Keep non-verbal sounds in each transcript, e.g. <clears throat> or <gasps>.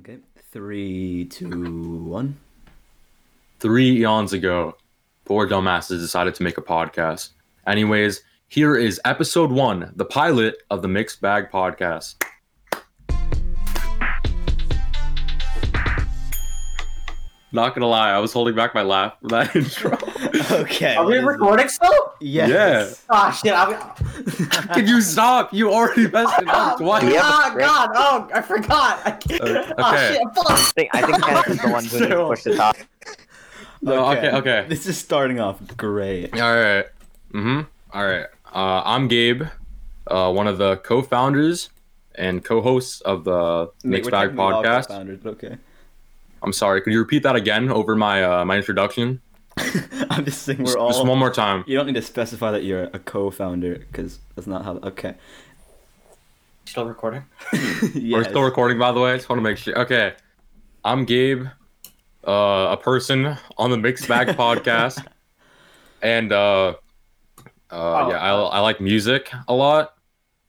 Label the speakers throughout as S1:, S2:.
S1: Okay. Three, two, one.
S2: Three eons ago, poor dumbasses decided to make a podcast. Anyways, here is episode one, the pilot of the Mixed Bag Podcast. Not gonna lie, I was holding back my laugh for that <laughs> intro.
S1: Okay.
S3: Are we
S1: what is it?
S3: recording still?
S1: Yes.
S3: Ah, shit. I'm,
S2: Could you stop? You already messed it
S4: <laughs>
S2: up
S3: oh,
S2: twice.
S5: Yeah,
S3: ah,
S5: but-
S3: God. Oh, I forgot. I can't.
S2: Okay.
S3: <laughs> Oh, shit. Fuck.
S5: I think I think Kenneth is the one who
S2: So-
S5: pushed the top.
S2: No, okay, okay.
S1: This is starting off great.
S2: All right. Mm-hmm. All right. Uh, I'm Gabe, uh, one of the co-founders and co-hosts of the Mixed
S1: We're
S2: Bag
S1: technically all
S2: Podcast.
S1: co-founders, but okay. <laughs>
S2: I'm sorry. Could you repeat that again over my uh, my introduction?
S1: I'm just saying
S2: Just-
S1: we're all.
S2: Just one more time.
S1: You don't need to specify that you're a co-founder because that's not how. Okay. <laughs>
S3: Still recording?
S2: We're
S1: yes.
S2: still recording, by the way. Just want to make sure. Okay. I'm Gabe, uh, a person on the Mixed
S1: <laughs>
S2: Bag Podcast, and uh, uh,
S1: Oh.
S2: yeah, I, I like music a lot.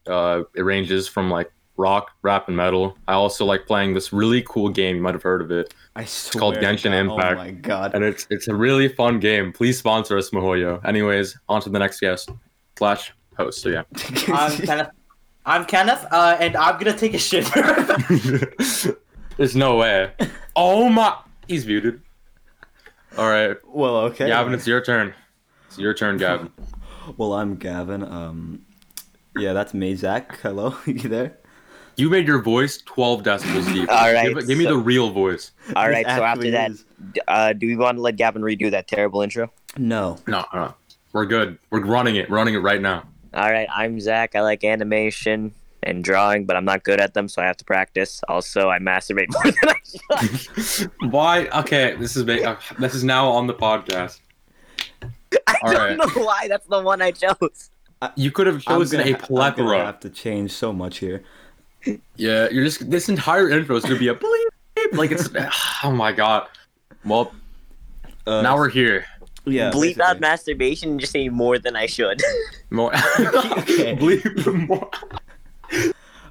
S2: Uh, it ranges from like rock, rap, and metal. I also like playing this really cool game. You might have heard of it,
S1: I swear
S2: called
S1: to
S2: Genshin
S1: God. Oh
S2: Impact.
S1: my god. <laughs>
S2: and it's it's a really fun game. Please sponsor us, Mahoyo. Anyways, on to the next guest slash host. So yeah.
S1: <laughs>
S3: I'm Kenneth. I'm Kenneth, uh, and I'm gonna take a shit. <laughs>
S2: <laughs> There's no way. Oh my, he's muted. All right,
S1: well, okay.
S2: Gavin, it's your turn. It's your turn, Gavin.
S1: Well, I'm Gavin. Um, yeah, that's me, Zach. Hello, <laughs> you there?
S2: You made your voice 12 decibels deep.
S5: All right,
S2: give, give me
S5: so-
S2: the real voice.
S5: All
S1: This
S5: right, so
S1: actually
S5: after that,
S1: is-
S5: d- uh, do we want to let Gavin redo that terrible intro?
S1: No.
S2: No, no, we're good. We're running it. Running it right now.
S5: All right, I'm Zach. I like animation and drawing, but I'm not good at them, so I have to practice. Also, I masturbate more <laughs> than I should.
S2: Why? Okay, this is ma- uh, this is now on the podcast.
S5: I
S2: All
S5: don't know why that's the one I chose.
S2: You could have
S1: I'm
S2: chosen
S1: gonna
S2: a
S1: ha- I'm gonna
S2: plethora.
S1: have to change so much here.
S2: Yeah, you're just this entire intro is gonna be a bleep. Like it's <sighs> oh my god. Well,
S1: Uh,
S2: now we're here.
S1: yeah.
S5: Bleep
S1: basically.
S5: out masturbation and just say more than I should.
S2: <laughs> More
S1: Okay.
S2: bleep more.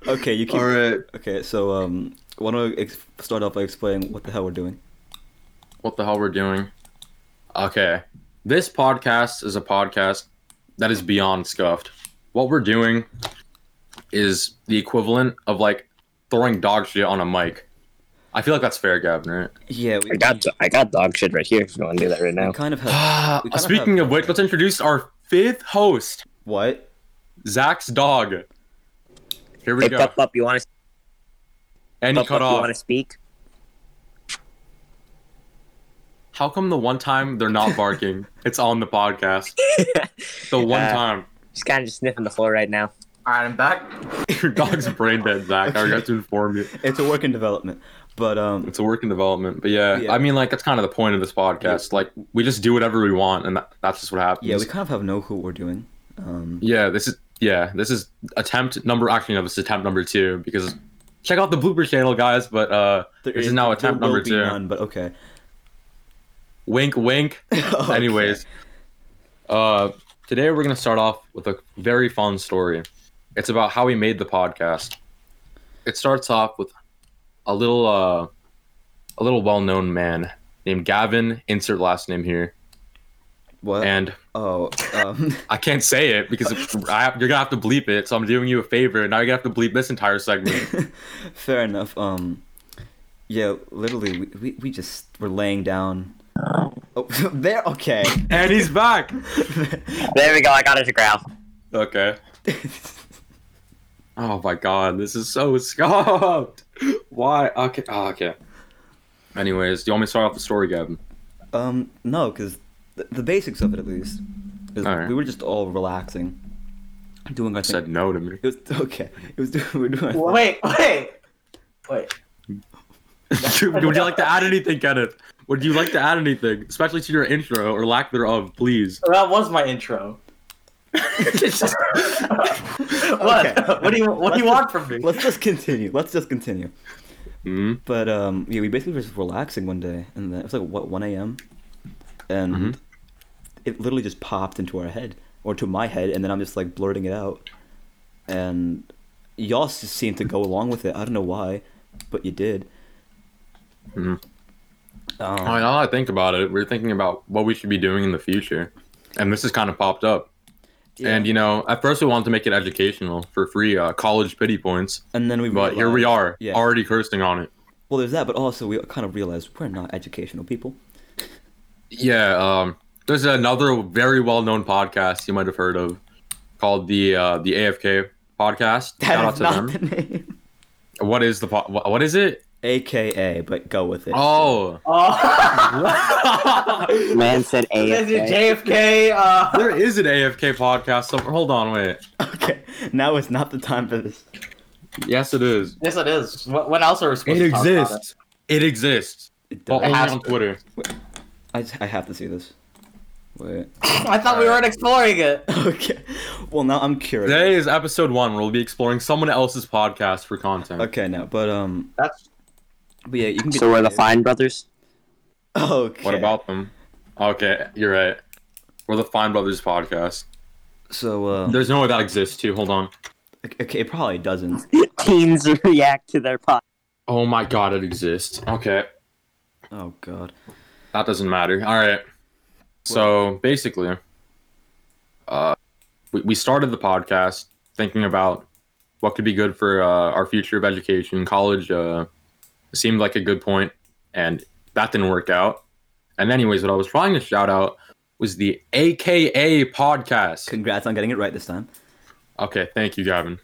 S1: Okay, you keep.
S2: All right.
S1: Okay, so um, why don't we ex- start off by explaining what the hell we're doing?
S2: what the hell we're doing. Okay. This podcast is a podcast that is beyond scuffed. What we're doing is the equivalent of like throwing dog shit on a mic. I feel like that's fair, Gavin, right?
S1: Yeah, we,
S5: <laughs> I got dog shit right here. If you want to do that right
S1: <sighs> we kind of have <gasps> We kinda
S2: Uh, Speaking
S1: have-
S2: of which, let's introduce our fifth host,
S1: what?
S2: Zach's dog. Here we
S5: Hey,
S2: go.
S5: Pup Up, you want to?
S2: And he
S5: Pup
S2: cut
S5: Up, you want
S2: off.
S5: to speak?
S2: How come the one time they're not
S5: <laughs>
S2: barking? it's on the podcast. The one
S5: Uh,
S2: time. <laughs>
S5: Just kind of just sniffing the floor right now.
S3: Alright, I'm back.
S2: Your dog's brain dead, Zach.
S5: <laughs>
S2: I got to inform you.
S1: It's a work in development, but um,
S2: It's a work in development, but yeah,
S1: Yeah.
S2: I mean, like that's kind of the point of this podcast. Like we just do whatever we want, and that, that's just what happens.
S1: yeah, we kind of have no who we're doing. Um,
S2: Yeah, this is yeah, this is attempt number. Actually, no, this is attempt number two because check out the blooper channel, guys. But uh,
S1: there
S2: This is now
S1: there
S2: attempt
S1: will
S2: number
S1: be
S2: two.
S1: None, but
S2: <laughs>
S1: okay. <laughs>
S2: wink, wink.
S1: Okay.
S2: Anyways, uh, today we're gonna start off with a very fun story. It's about how we made the podcast. It starts off with a little uh, a little well-known man named Gavin. Insert last name here,
S1: what?
S2: and
S1: oh, um, <laughs>
S2: I can't say it because if- I have, you're gonna have to bleep it. So I'm doing you a favor. Now you're gonna have to bleep this entire segment.
S1: fair enough. Um, yeah, literally, we, we, we just were laying down. Oh, <laughs> there.
S2: <laughs>
S1: Okay.
S2: <laughs> and he's back.
S5: There we go. I got it to growl.
S2: Okay. Oh my god, this is so scuffed. Why? Okay. Oh, okay. Anyways, do you want me to start off the story, Gavin?
S1: <laughs> um, no, because the, the basics of it, at least, is
S2: Alright.
S1: we were just all relaxing, doing our
S2: I
S1: thing.
S2: said no to me.
S1: It
S2: <laughs>
S1: was <laughs> okay. It was we were doing. our
S3: Wait, wait. Wait.
S2: Would you like to add anything, Kenneth? Would you like to add anything, especially to your intro or lack thereof, please?
S3: That was my intro. <laughs> what?
S1: Okay.
S3: What do you What do you want from me?
S1: Let's just continue. Let's just continue.
S2: Hmm?
S1: But um, yeah, we basically were just relaxing one day, and then it was like what 1 a.m. and
S2: Mhm.
S1: it literally just popped into our head or to my head, and then I'm just like blurting it out, and y'all just seemed to go along with it. I don't know why, but you did.
S2: Mhm.
S1: Um,
S2: All right, now that I think about it, we're thinking about what we should be doing in the future, and this has kind of popped up.
S1: yeah.
S2: And you know, at first we wanted to make it educational for free, uh, college pity points,
S1: And then we
S2: but here we
S1: realized-
S2: are,
S1: Yeah.
S2: already cursing on it.
S1: Well, there's that, but also we kind of realized we're not educational people. <laughs>
S2: Yeah, um, there's another very well-known podcast you might have heard of called the uh, the AFK podcast. Shout
S1: That
S2: out
S1: is
S2: to
S1: not
S2: them.
S1: the name.
S2: What is the po- wha- what is it?
S1: AKA, but go with it.
S2: Oh,
S3: Oh.
S5: Man said
S3: Says your
S5: AFK.
S3: JFK. Uh,
S2: there is an AFK podcast. Somewhere. Hold on, wait.
S1: Okay, now is not the time for this.
S2: Yes, it is.
S3: yes, it is. What, what else are we supposed
S2: It
S3: to talk about
S2: exists. It exists.
S1: It
S2: But only
S3: has
S2: on
S3: to.
S2: Twitter.
S1: I, I have to see this. Wait. <laughs>
S3: it? I thought we weren't exploring it.
S1: Okay. Well, now I'm curious.
S2: Today is episode one where we'll be exploring someone else's podcast for content.
S1: Okay, now, but um,
S3: That's
S1: but yeah, you can.
S5: So we're the Fine Brothers.
S1: Okay.
S2: What about them? Okay, you're right. We're the Fine Brothers podcast.
S1: So uh,
S2: There's no way that exists too. Hold on.
S1: okay, it probably doesn't.
S5: <laughs> Teens react to their pod.
S2: Oh my god, it exists. Okay,
S1: Oh God.
S2: that doesn't matter. All right. So basically, uh, we, we started the podcast thinking about what could be good for uh, our future of education. College uh, seemed like a good point, and that didn't work out. And anyways, what I was trying to shout out was the AKA podcast.
S1: Congrats on getting it right this time.
S2: Okay, thank you, Gavin.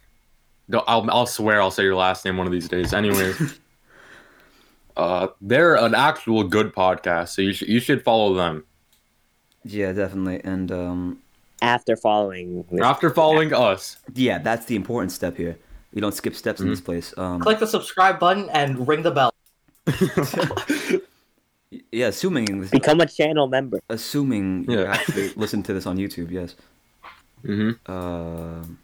S2: No, I'll, I'll swear I'll say your last name one of these days. <laughs> Anyways, uh, they're an actual good podcast, so you should you should follow them.
S1: Yeah, definitely. And um,
S5: After following,
S2: After following <laughs> us,
S1: yeah, that's the important step here. We don't skip steps
S2: Mm-hmm.
S1: in this place. Um,
S3: click the subscribe button and ring the bell.
S2: Mm-hmm.
S1: yeah, assuming this,
S5: become a channel member.
S1: assuming you
S2: Yeah.
S1: actually
S2: <laughs>
S1: listen to this on YouTube. Yes.
S2: hmm
S1: Um,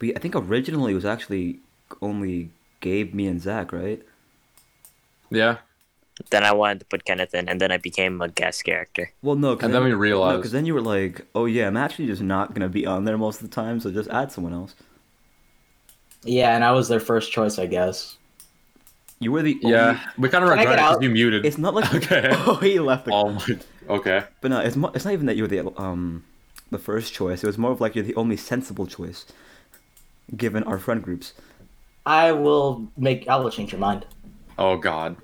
S1: we I think originally it was actually only Gabe, me, and Zach, right?
S2: yeah,
S5: Then I wanted to put Kenneth in, and then I became a guest character.
S1: Well, no, 'cause
S2: and then we
S1: No,
S2: realized
S1: because then you were like, "Oh yeah, I'm actually just not gonna be on there most of the time, so just add someone else."
S3: Yeah, and I was their first choice, I guess.
S1: You were the
S2: yeah, we kind of
S3: Can I
S2: regret it
S3: get
S2: because
S3: out?
S2: you
S1: Only... It's
S2: muted.
S1: not
S2: <laughs>
S1: like
S2: Okay.
S1: <laughs> oh he left. The...
S2: Oh my. Okay.
S1: But no, it's mo- it's not even that you were the um the first choice. It was more of like you're the only sensible choice, given our friend groups.
S3: I will make. I will change your mind.
S2: Oh God.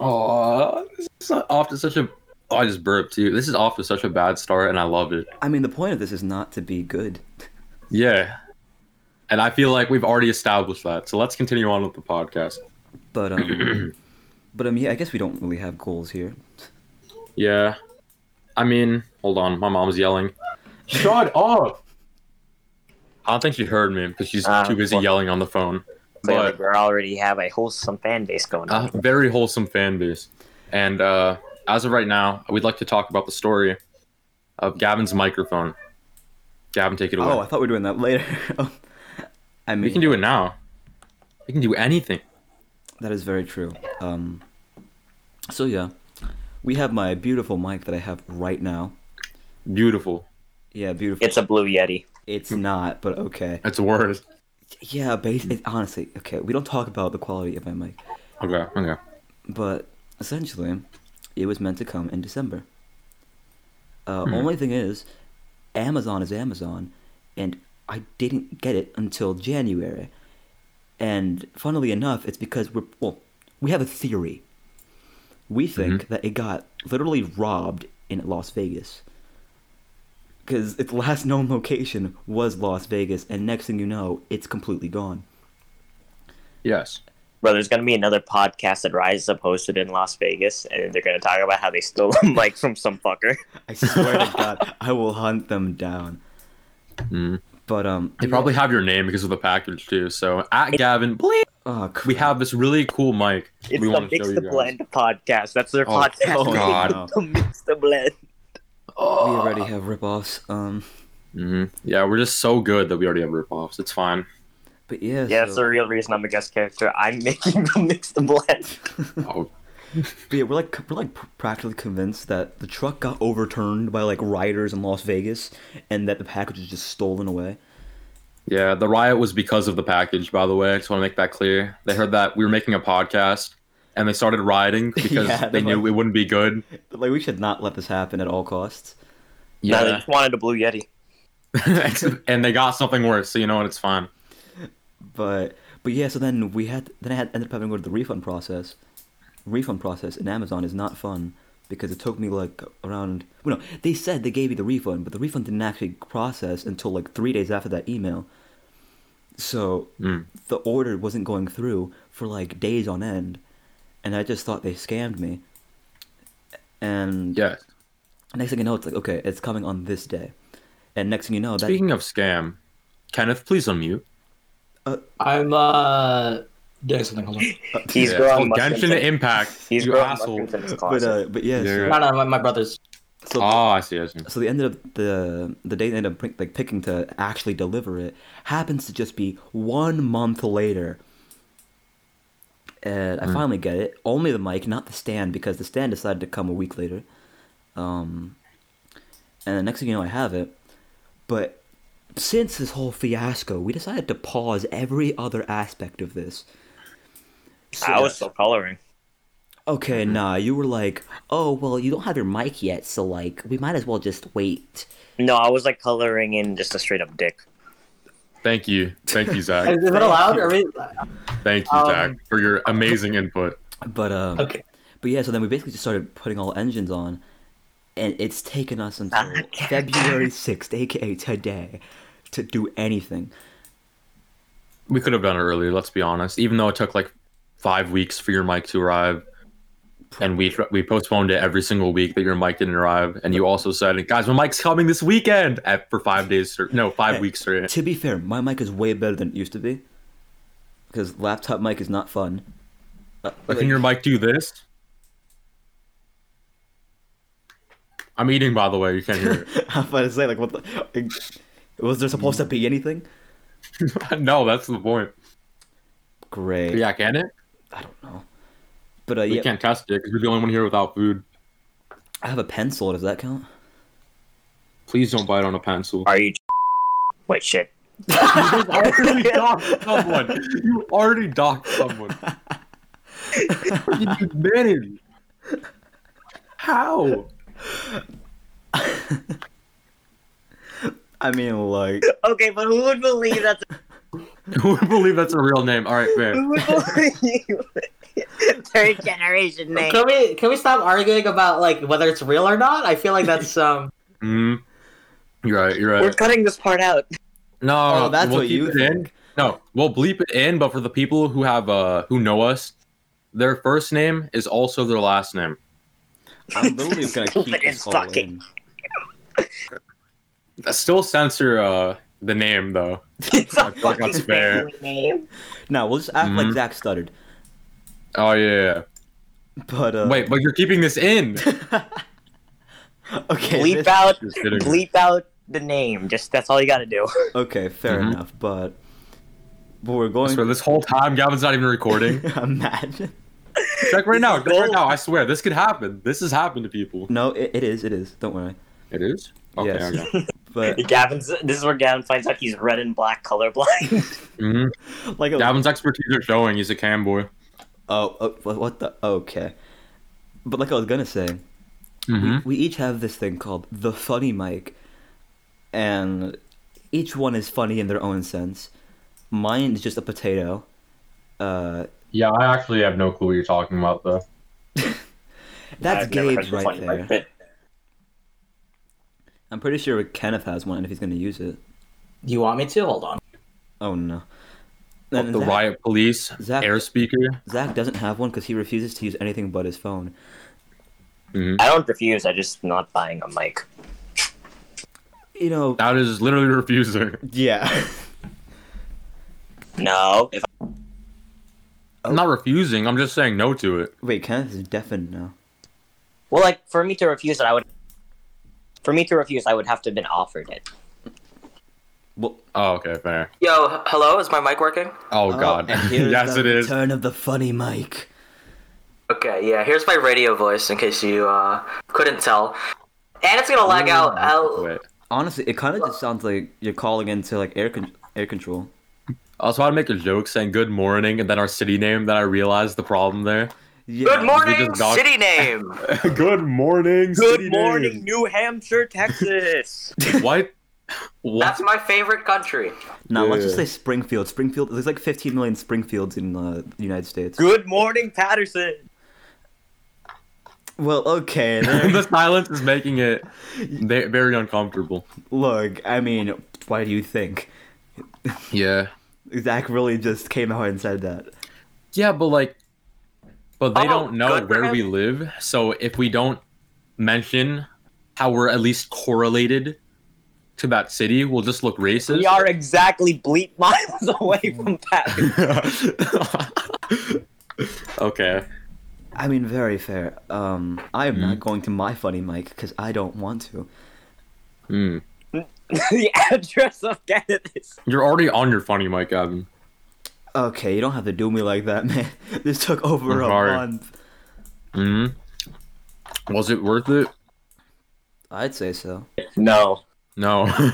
S2: Oh, this is off to such a. Oh, I just burped too. This is off to such a bad start, and I love it.
S1: I mean, the point of this is not to be good.
S2: Yeah. And I feel like we've already established that. So let's continue on with the podcast.
S1: But
S2: <clears throat>
S1: um, but um, yeah, I guess we don't really have goals here.
S2: Yeah. I mean, hold on. My mom's yelling. Shut up. I don't think she heard me because she's
S5: Uh,
S2: too busy
S5: well-
S2: yelling on the phone.
S5: Clearly,
S2: But Uh-huh.
S5: we already have a wholesome fan base going on.
S2: a very wholesome fan base. And uh, as of right now, we'd like to talk about the story of Gavin's microphone. Gavin, take it away.
S1: Oh, I thought we were doing that later. <laughs> Um, I mean,
S2: we can do it now. We can do anything.
S1: That is very true. Um, so yeah, we have my beautiful mic that I have right now.
S2: Beautiful.
S1: Yeah, beautiful.
S5: It's a blue yeti.
S1: It's not, but okay.
S2: That's worse.
S1: Yeah, base. It, honestly, okay. We don't talk about the quality of my mic,
S2: Okay. Okay.
S1: but essentially, it was meant to come in December. Uh, Only thing is, Amazon is Amazon, and I didn't get it until January. And funnily enough, it's because we're well, we have a theory. We think that it got literally robbed in Las Vegas. Because its last known location was Las Vegas, and next thing you know, it's completely gone.
S2: Yes.
S5: Bro, there's going to be another podcast that Rise Up hosted in Las Vegas, and they're going to talk about how they stole a <laughs> mic from some fucker.
S1: I swear
S2: <laughs>
S1: to God, I will hunt them down.
S2: Mm.
S1: But um,
S2: They probably have your name because of the package too. So at Gavin, bleep,
S1: oh,
S2: we
S1: crap.
S2: have this really cool mic.
S5: It's
S2: we
S5: the
S2: wanna show
S5: Mix
S2: you
S5: the
S2: guys.
S5: Blend podcast. That's their
S2: <laughs> Oh,
S5: podcast.
S1: oh,
S5: name,
S1: God.
S5: the Mix the Blend.
S1: we already have ripoffs. Um,
S2: Mhm. Uh, Yeah, we're just so good that we already have ripoffs.
S1: <laughs>
S2: It's fine.
S1: but yeah,
S5: Yeah, that's
S1: so-
S5: the real reason I'm a guest character. I'm <laughs> making the Mix the Blend.
S2: Oh,
S1: But yeah, we're like we're like pr- practically convinced that the truck got overturned by like rioters in Las Vegas, and that the package was just stolen away.
S2: yeah. The riot was because of the package, by the way. I just want to make that clear. They heard that we were making a podcast, and they started
S1: <laughs>
S2: rioting because
S1: Yeah,
S2: they
S1: they're
S2: knew
S1: like-
S2: it wouldn't be good.
S1: Like we should not let this happen at all costs.
S5: No, they just wanted a blue yeti.
S2: <laughs> and they got something worse, so you know what? It's fine.
S1: But but yeah, so then we had then I had ended up having to go to the refund process. Refund process in Amazon is not fun because it took me like around well no, they said they gave you the refund, but the refund didn't actually process until like three days after that email. So
S2: Mm.
S1: the order wasn't going through for like days on end. And I just thought they scammed me. And
S2: Yeah.
S1: next thing you know, it's like, okay, it's coming on this day. And next thing you know, that
S2: Speaking of scam, Kenneth, please unmute.
S6: I'm uh doing something. Hold on.
S5: He's
S2: Yeah.
S5: growing
S2: Oh,
S5: mushrooms.
S2: Genshin Impact.
S5: He's
S2: you
S5: growing
S2: asshole.
S5: mushrooms in his
S1: but
S5: closet.
S1: uh, but yeah, so-
S2: Yeah.
S6: No, no, my, my brother's.
S1: so,
S2: Oh, I see. I see.
S1: so the end of the the date they end up like picking to actually deliver it happens to just be one month later. And I finally get it. Only the mic, not the stand, because the stand decided to come a week later. Um, and the next thing you know, I have it. But since this whole fiasco, we decided to pause every other aspect of this. So-
S5: I was still coloring.
S1: Okay, nah, you were like, oh, well, you don't have your mic yet, so, like, we might as well just wait.
S5: No, I was like coloring in just a straight up dick.
S2: Thank you. Thank you,
S1: <laughs>
S3: Is,
S2: Zach.
S3: is it allowed? Are we,
S2: Thank you,
S3: Um,
S2: Zach, for your amazing input.
S1: But, um,
S6: Okay.
S1: but yeah, so then we basically just started putting all engines on, and it's taken us until February 6th, aka today, to do anything.
S2: We could have done it earlier, let's be honest. Even though it took like five weeks for your mic to arrive, and we we postponed it every single week that your mic didn't arrive, and you also said, "Guys, my mic's coming this weekend." At, for five days, straight no, five weeks straight.
S1: To be fair, my mic is way better than it used to be, because laptop mic is not fun. Uh,
S2: Like, can your mic do this? I'm eating, by the way. You can't hear
S1: <laughs> I'm about to say, like, what the... Was there supposed to
S2: Mm.
S1: be anything?
S2: it. no, that's the point.
S1: Great.
S2: Yeah, can it?
S1: I don't know. But, uh,
S2: We
S1: yeah,
S2: can't test it because we're the only one here without food.
S1: I have a pencil, does that count?
S2: Please don't bite on a pencil.
S5: Are you? <laughs> Wait, shit.
S2: already <laughs> docked someone. You already docked someone. How did <laughs> you manage? How?
S1: I mean, like...
S5: Okay, but who would believe that's
S2: <laughs> Who would believe that's a real name? All right, fair.
S1: <laughs>
S5: Who would believe? <laughs> Third generation name.
S3: can we can we stop arguing about like whether it's real or not? I feel like that's um.
S2: Mm. You're right. You're
S5: We're
S2: right.
S5: cutting this
S1: <laughs>
S5: part out.
S2: No,
S1: Oh, that's
S2: Uh, we'll
S1: what
S2: keep
S1: you
S2: it in.
S1: think.
S2: No, we'll bleep it in. But for the people who have uh who know us, their first name is also their last name.
S1: I'm literally
S2: <laughs>
S1: gonna keep
S5: Stupid
S1: this
S5: as
S1: all
S5: fuck.
S1: in.
S2: Still censor uh the name though.
S5: It's a
S2: I feel like that's
S5: fucking
S2: fair.
S5: family name.
S1: No, we'll just act like
S2: Mhm.
S1: Zach stuttered.
S2: Oh yeah.
S1: But uh,
S2: yeah. Wait, but you're keeping
S1: <laughs>
S2: this in.
S1: okay,
S5: Bleep
S1: this-
S5: out.
S2: Just kidding.
S5: Bleep out the name. Just that's all you got to do.
S1: okay, fair
S2: Mhm.
S1: enough. But but we're
S2: I
S1: going.
S2: swear, this whole time Gavin's not even
S1: <laughs>
S2: recording.
S1: Imagine.
S2: Check right now. Check right
S5: gold.
S2: now. I swear, this could happen. This has happened to people.
S1: No, it, it is. It is. Don't worry.
S2: It is. Okay.
S1: Yes.
S2: <laughs> okay.
S1: But
S5: <laughs> Gavin's. This is where Gavin finds out he's red and black colorblind.
S2: hmm
S1: like, uh,
S2: Gavin's expertise are showing. He's a cam boy.
S1: oh, oh, wha- what the? Okay. But like I was gonna say,
S2: Mm-hmm.
S1: we each have this thing called the funny mic, and each one is funny in their own sense. Mine is just a potato. Uh,
S2: Yeah, I actually have no clue what you're talking about, though.
S1: that's
S5: <laughs> I've never heard
S1: Gabe's
S5: the
S1: right
S5: funny
S1: there.
S5: part.
S1: I'm pretty sure Kenneth has one, and if he's gonna use it,
S6: Do you want me to? Hold on.
S1: oh no. And
S2: Oh, the
S1: Zach,
S2: riot police,
S1: Zach-
S2: air speaker.
S1: Zach doesn't have one because he refuses to use anything but his phone.
S5: I don't refuse. I just not buying a mic.
S1: You know.
S2: That is literally refusing.
S1: Yeah.
S5: No. If
S1: Oh.
S2: I'm not refusing. I'm just saying no to it.
S1: <laughs> Wait, Kenneth is deafened now.
S5: well, like for me to refuse it, I would. For me to refuse, I would have to have been offered it.
S1: Well,
S2: Oh, okay, fair.
S3: Yo, h- hello. Is my mic working?
S2: Oh, God. <laughs>
S1: and here's
S2: yes,
S1: the
S2: it is.
S1: Turn of the funny mic.
S3: Okay, yeah. Here's my radio voice in case you uh couldn't tell, and it's gonna lag out. I'll,
S2: Wait.
S1: Honestly, it kind of just sounds like you're calling into like air con- air control.
S2: I was about to make a joke saying good morning and then our city name. Then I realized the problem there.
S1: Yeah.
S3: Good morning,
S2: just knock-
S3: city name.
S2: <laughs> Good morning.
S5: Good morning, New Hampshire, Texas.
S2: What?
S3: That's
S2: What?
S3: my favorite country.
S1: Now let's just
S2: Yeah.
S1: say Springfield. Springfield. There's like 15 million Springfields in uh, the United States.
S5: <laughs> Good morning, Patterson.
S1: Well,
S2: <laughs>
S1: okay. Then.
S2: the silence is making <laughs> it ve- very uncomfortable.
S1: Look, I mean, why do you think
S2: Yeah.
S1: Zach really just came out and said that?
S2: Yeah, but like, but they
S3: Oh,
S2: don't know
S3: good for
S2: where
S3: him.
S2: we live. So if we don't mention how we're at least correlated to that city, we'll just look racist.
S5: We are exactly bleep miles <laughs> away from Patterson.
S2: <laughs> okay.
S1: I mean, very fair. Um, I am
S2: Mm-hmm.
S1: not going to my funny mic because I don't want to.
S2: Hmm.
S5: <laughs> the address of Canada's.
S2: You're already on your funny mic, Evan.
S1: Okay, you don't have to do me like that, <laughs> man. This took over
S2: I'm
S1: a
S2: sorry.
S1: month.
S2: Hmm. Was it worth it?
S1: I'd say so.
S5: No.
S2: No. <laughs>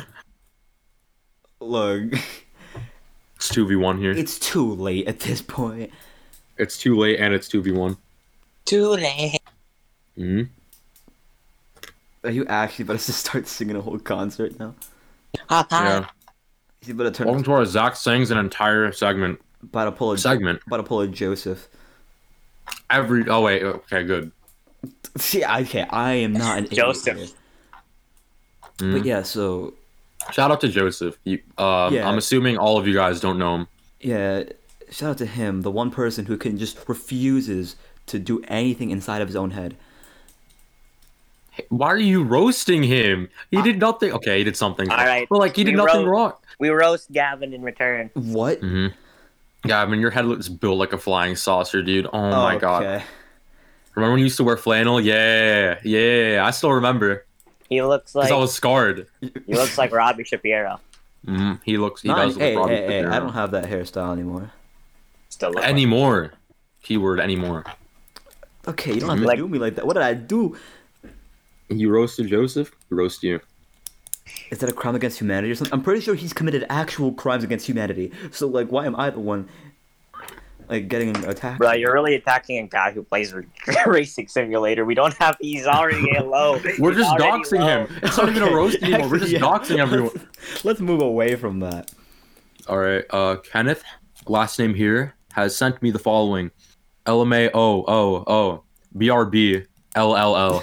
S1: Look, <laughs>
S2: it's two v one here.
S1: it's too late at this point.
S2: It's too late, and it's two v one.
S5: Too late.
S2: Hmm.
S1: Are you actually about to <laughs> start singing a whole concert now?
S2: Yeah.
S1: Is he about to turn
S2: Welcome to our Zach sings an entire segment.
S1: about to pull a
S2: Segment.
S1: about to pull a Joseph? <laughs>
S2: Every. Oh wait. Okay. Good.
S1: See, I can't. I am not an idiot
S5: Joseph.
S1: here.
S2: Hmm.
S1: But yeah, so
S2: Shout out to Joseph. You, um,
S1: Yeah.
S2: I'm assuming all of you guys don't know him.
S1: Yeah, shout out to him, the one person who can just refuses to do anything inside of his own head.
S2: Why are you roasting him? He did nothing. Okay, he did something.
S5: All right.
S2: But like he did
S5: We
S2: nothing
S5: roast-
S2: wrong.
S5: We roast Gavin in return.
S1: What?
S2: hmm Yeah, I mean your head looks built like a flying saucer, dude. Oh my god.
S1: Okay.
S2: Remember when you used to wear flannel? Yeah, yeah. I still remember
S5: He looks
S2: because
S5: like
S2: I was scarred.
S5: he looks like Robbie Shapiro.
S2: Mhm, He looks. He
S1: Not,
S2: does look
S1: hey,
S2: Robbie
S1: hey, hey,
S2: Shapiro.
S1: I don't have that hairstyle anymore.
S5: Still look like-
S2: anymore. Keyword anymore.
S1: Okay, you don't have to
S5: Like-
S1: do me like that. What did I do?
S2: You roasted Joseph. Roast you.
S1: Is that a crime against humanity or something? I'm pretty sure he's committed actual crimes against humanity. So like, why am I the one like getting attacked?
S5: Bro, you're really attacking a guy who plays r- <laughs> Racing Simulator. We don't have. He's already low.
S2: <laughs> We're
S5: He's
S2: just
S5: already
S2: doxing
S5: low.
S2: him. It's not even a
S1: Okay,
S2: roast anymore. <laughs> We're just
S1: actually, yeah.
S2: doxing everyone.
S1: Let's move away from that.
S2: All right, uh, Kenneth, last name here, has sent me the following: LMAO, oh, oh, BRB, LLL.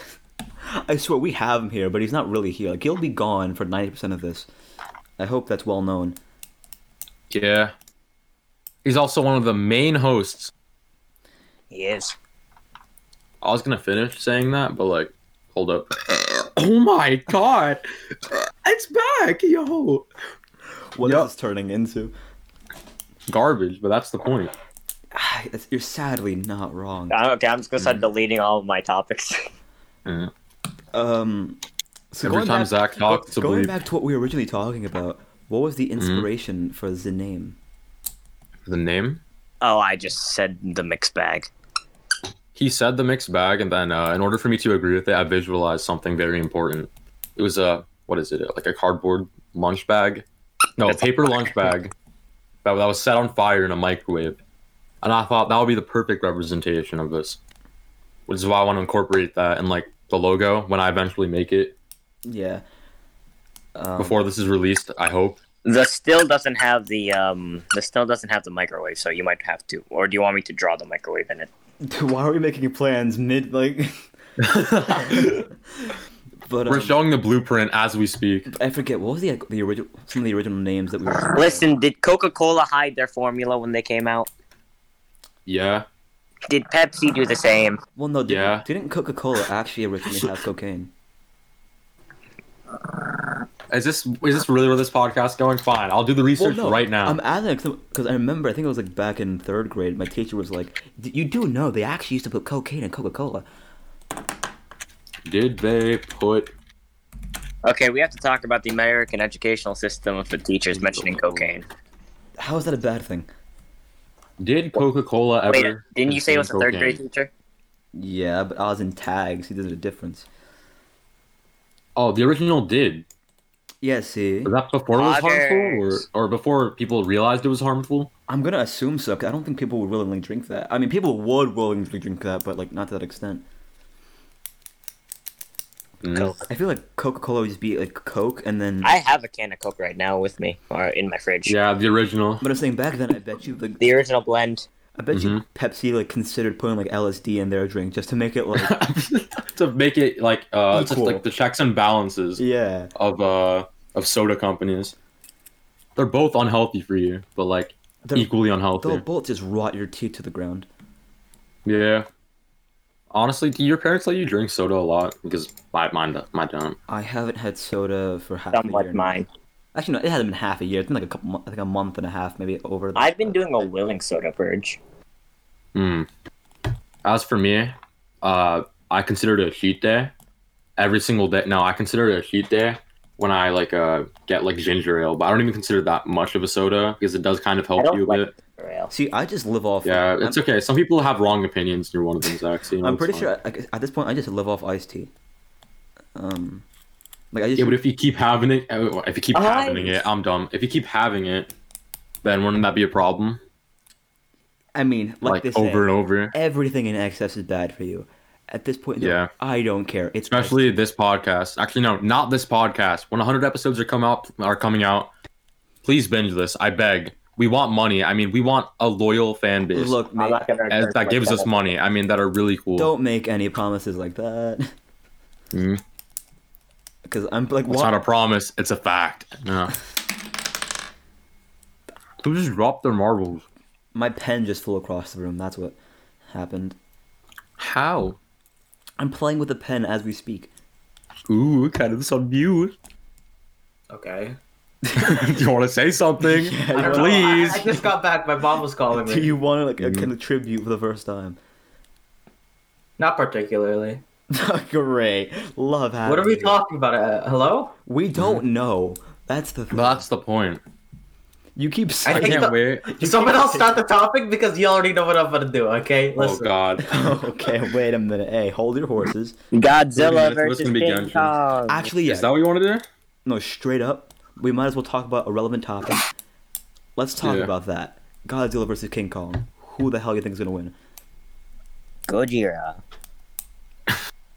S1: I swear we have him here, but he's not really here. Like he'll be gone for ninety percent of this. I hope that's well known.
S2: Yeah. He's also one of the main hosts.
S5: He is.
S2: I was gonna finish saying that, but like, hold up. <coughs> oh my god, it's back, yo.
S1: What is
S2: Yup.
S1: this turning into? <sighs>
S2: Garbage, but that's the point.
S1: Ah, it's- You're sadly not wrong.
S5: Uh, Okay, I'm just gonna start deleting all of my topics. <laughs>
S1: Um, so
S2: Every
S1: going
S2: time
S1: back-
S2: Zach talks, I
S1: going
S2: believe
S1: back to what we were originally talking about, what was the
S2: Mm-hmm.
S1: inspiration for the name?
S2: the name.
S5: Oh, I just said the mixed bag.
S2: he said the mixed bag, and then uh, in order for me to agree with it, I visualized something very important. It was a what is it? Like a cardboard lunch bag? No,
S1: <laughs>
S2: a paper lunch bag that, that was set on fire in a microwave, and I thought that would be the perfect representation of this, which is why I want to incorporate that in like the logo when I eventually make it
S1: Yeah. Um, <laughs>
S2: before this is released. I hope.
S5: The still doesn't have the um. The still doesn't have the microwave, so you might have to. Or do you want me to draw the microwave in it?
S1: why are we making plans mid like? <laughs> but
S2: We're
S1: um,
S2: showing the blueprint as we speak.
S1: I forget what was the the original some of the original names that we were.
S5: Listen, did Coca Cola hide their formula when they came out?
S2: Yeah.
S5: Did Pepsi do the same?
S1: Well, no, didn't,
S2: Yeah.
S1: didn't Coca Cola actually originally have cocaine?
S2: Is this is this really where this podcast going? Fine, I'll do the research right now.
S1: I'm asking because I remember I think it was like back in third grade. My teacher was like, "D- "You do know they actually used to put cocaine in Coca Cola."
S2: Did they put
S5: Okay, we have to talk about the American educational system for teachers mentioning cocaine.
S1: How is that a bad thing?
S2: Did Coca Cola ever?
S5: Wait, didn't you say it was a
S2: consume
S5: third grade
S2: cocaine?
S5: teacher?
S1: Yeah, but I was in tags. He does a difference.
S2: Oh, the original did.
S1: Yeah, see,
S2: Was that before it was harmful,
S5: Poggers.
S2: or, or before people realized it was harmful?
S1: I'm gonna assume so. 'cause I don't think people would willingly drink that. I mean, people would willingly drink that, but like not to that extent.
S2: Mm.
S5: Coke.
S1: I feel like Coca-Cola would just be like Coke, and then.
S5: I have a can of Coke right now with me, or in my fridge.
S2: Yeah, the original.
S1: But I'm saying back then, I bet you like
S5: The original blend.
S1: I bet
S2: Mm-hmm.
S1: you Pepsi like considered putting like LSD in their drink just to make it
S2: <laughs>
S1: like
S2: to make it like uh, just
S1: Equal.
S2: like the checks and balances
S1: yeah.
S2: of uh of soda companies. They're both unhealthy for you, but like
S1: They're-
S2: equally
S1: They'll
S2: unhealthy.
S1: both just rot your teeth to the ground.
S2: Yeah. Honestly, do your parents let you drink soda a lot? Because my mine do- my don't.
S1: I haven't had soda for half
S5: Some
S1: a
S5: like
S1: year. now.
S5: mine.
S1: Actually, no, it hasn't been half a year. It's been like a couple, mo- like a month and a half, maybe over.
S5: I've been doing a willing soda purge.
S2: Hmm. As for me, uh, I consider it a cheat day every single day. No, I consider it a cheat day when I like uh get like ginger ale, but I don't even consider that much of a soda because it does kind of
S5: I
S2: help
S5: don't
S2: you a
S5: like
S2: bit.
S5: ginger ale.
S1: See, I just live off.
S2: Yeah,
S1: I'm,
S2: it's okay. Some people have wrong opinions. You're one of them, Zach. so, you know,
S1: I'm
S2: it's
S1: pretty
S2: fine.
S1: sure like, at this point I just live off iced tea. Um, like I just
S2: Yeah, but if you keep having it, oh, if you keep
S5: Oh, I-
S2: having it, I'm dumb. If you keep having it, then wouldn't that be a problem?
S1: I mean, like,
S2: Like,
S1: this they say,
S2: over and over.
S1: everything in excess is bad for you. At this point,
S2: Yeah.
S1: yeah, I don't care. It's
S2: Especially this podcast. Actually, no, not this podcast. When 100 episodes are come out, are coming out, please binge this. I beg. We want money. I mean, we want a loyal fan base
S1: look,
S5: I'm
S1: mate,
S5: not gonna.
S2: as,
S5: encourage
S2: that gives us
S5: myself.
S2: money. I mean, that are really cool.
S1: don't make any promises like that.
S2: Mhm.
S1: Because I'm like,
S2: It's not
S1: what?
S2: a promise. It's a fact. No. Who just dropped their marbles?
S1: my pen just flew across the room. That's what happened.
S2: How?
S1: I'm playing with the pen as we speak.
S2: Ooh, kind of some mute.
S3: Okay.
S2: <laughs> Do you want to say something?
S3: I don't know.
S2: Please.
S3: I, I just got back. My mom was
S4: Oh,
S3: calling
S1: Do
S3: me.
S1: you want to like
S2: Mm-hmm.
S1: contribute for the first time? <laughs>
S3: Not particularly.
S1: Great, love.
S3: What are we
S1: having you.
S3: talking about? Uh, hello?
S1: We
S2: mm-hmm.
S1: don't know. That's the thing.
S2: Well, that's the point.
S1: you keep
S2: I
S1: saying. <laughs>
S3: think
S2: can't
S3: the-
S2: wait. Oh,
S3: Someone else start the topic because you already know what I'm gonna do. Okay,
S2: Oh
S3: listen.
S1: <laughs>
S2: God.
S1: okay, wait a minute. Hey, hold your
S2: <laughs>
S1: horses.
S5: Godzilla
S2: Wait a minute, this
S5: versus
S2: can be
S5: King
S2: dangerous.
S5: Kong.
S1: Actually,
S2: Is
S1: yeah.
S2: that what you want to do?
S1: no, straight up. We might as well talk about a relevant topic. Let's talk
S2: Yeah.
S1: about that. Godzilla versus King Kong. Who the hell you think is gonna win? <laughs>
S5: Gojira.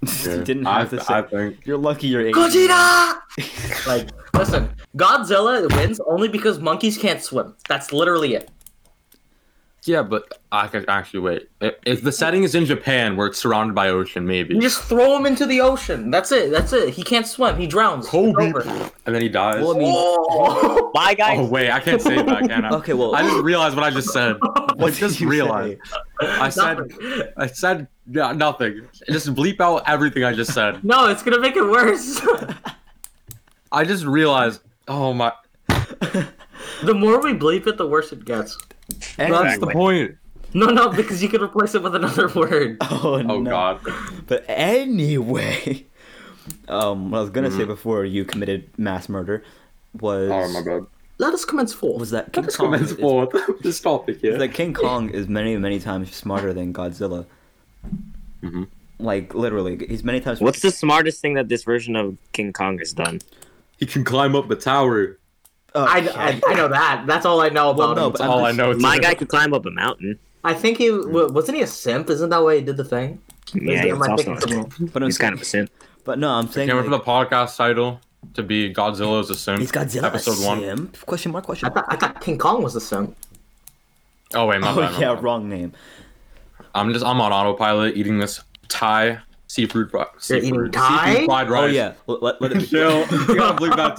S1: you didn't
S2: I,
S1: have to say.
S2: I think.
S1: You're lucky you're Asian.
S3: Gojira! <laughs> like, listen, Godzilla wins only because monkeys can't swim. That's literally it.
S2: Yeah, but I could actually wait. I- If the setting is in Japan, where it's surrounded by ocean, maybe.
S3: You just throw him into the ocean. That's it. That's it. He can't swim. He drowns. It's
S2: Kobe.
S3: over.
S2: And then he dies.
S1: Well, I mean,
S3: Oh.
S5: My guy.
S2: oh wait, I can't say that, can I?
S1: okay. Well,
S2: I just realized what I just said. I
S1: what
S2: just
S1: did you
S2: realized.
S1: <laughs> say?
S3: <laughs>
S2: I said.
S3: Nothing.
S2: I said yeah, nothing. Just bleep out everything I just said.
S3: No, it's gonna make it worse. <laughs>
S2: I just realized. Oh my.
S3: the more we bleep it, the worse it gets.
S2: That's the
S1: Anyway.
S2: point.
S3: No, no, because you can replace it with another <laughs> word.
S1: <laughs> Oh,
S2: Oh
S1: no.
S2: God.
S1: But anyway, <laughs> um, what I was gonna say before you committed mass murder was
S2: Mm-hmm. Oh my <laughs> God.
S3: Let us commence forth.
S1: was that King
S2: Let's
S1: Kong
S2: commence
S1: is,
S2: forth. <laughs> this topic here.
S1: is that King Kong is many many times smarter than Godzilla.
S2: Mhm.
S1: Like literally, he's many times.
S5: What's the smartest thing that this version of King Kong has done?
S2: He can climb up the tower.
S1: Oh,
S3: I,
S1: shit.
S3: I, I know that. That's all I know
S1: Well,
S3: about
S1: no,
S3: him.
S1: but
S2: That's all I
S1: just-
S2: know. It's
S5: My
S2: a-
S5: guy could climb up a mountain.
S3: I think he wa- wasn't he a simp? Isn't that why he did the thing?
S5: Yeah,
S3: Am
S5: he's
S3: I
S5: also
S3: thinking
S5: a
S3: something?
S1: But I'm
S5: He's kind of a simp.
S1: But no, I'm saying
S2: Came up
S1: like,
S2: with the podcast title to be Godzilla's a Simp.
S1: is Godzilla
S2: episode
S1: a
S2: one.
S1: simp? Question mark? Question
S3: I
S1: mark?
S3: thought, I thought King Kong was a simp.
S2: Oh wait, my bad.
S1: Oh
S2: my
S1: yeah,
S2: bad.
S1: wrong name.
S2: I'm just I'm on autopilot eating this Thai seafood fri-
S3: You're
S2: seafood,
S3: eating Thai?
S2: seafood fried rice.
S1: Oh
S2: <laughs>
S1: yeah, let, let, let it,
S2: Chill. <laughs> you gotta believe that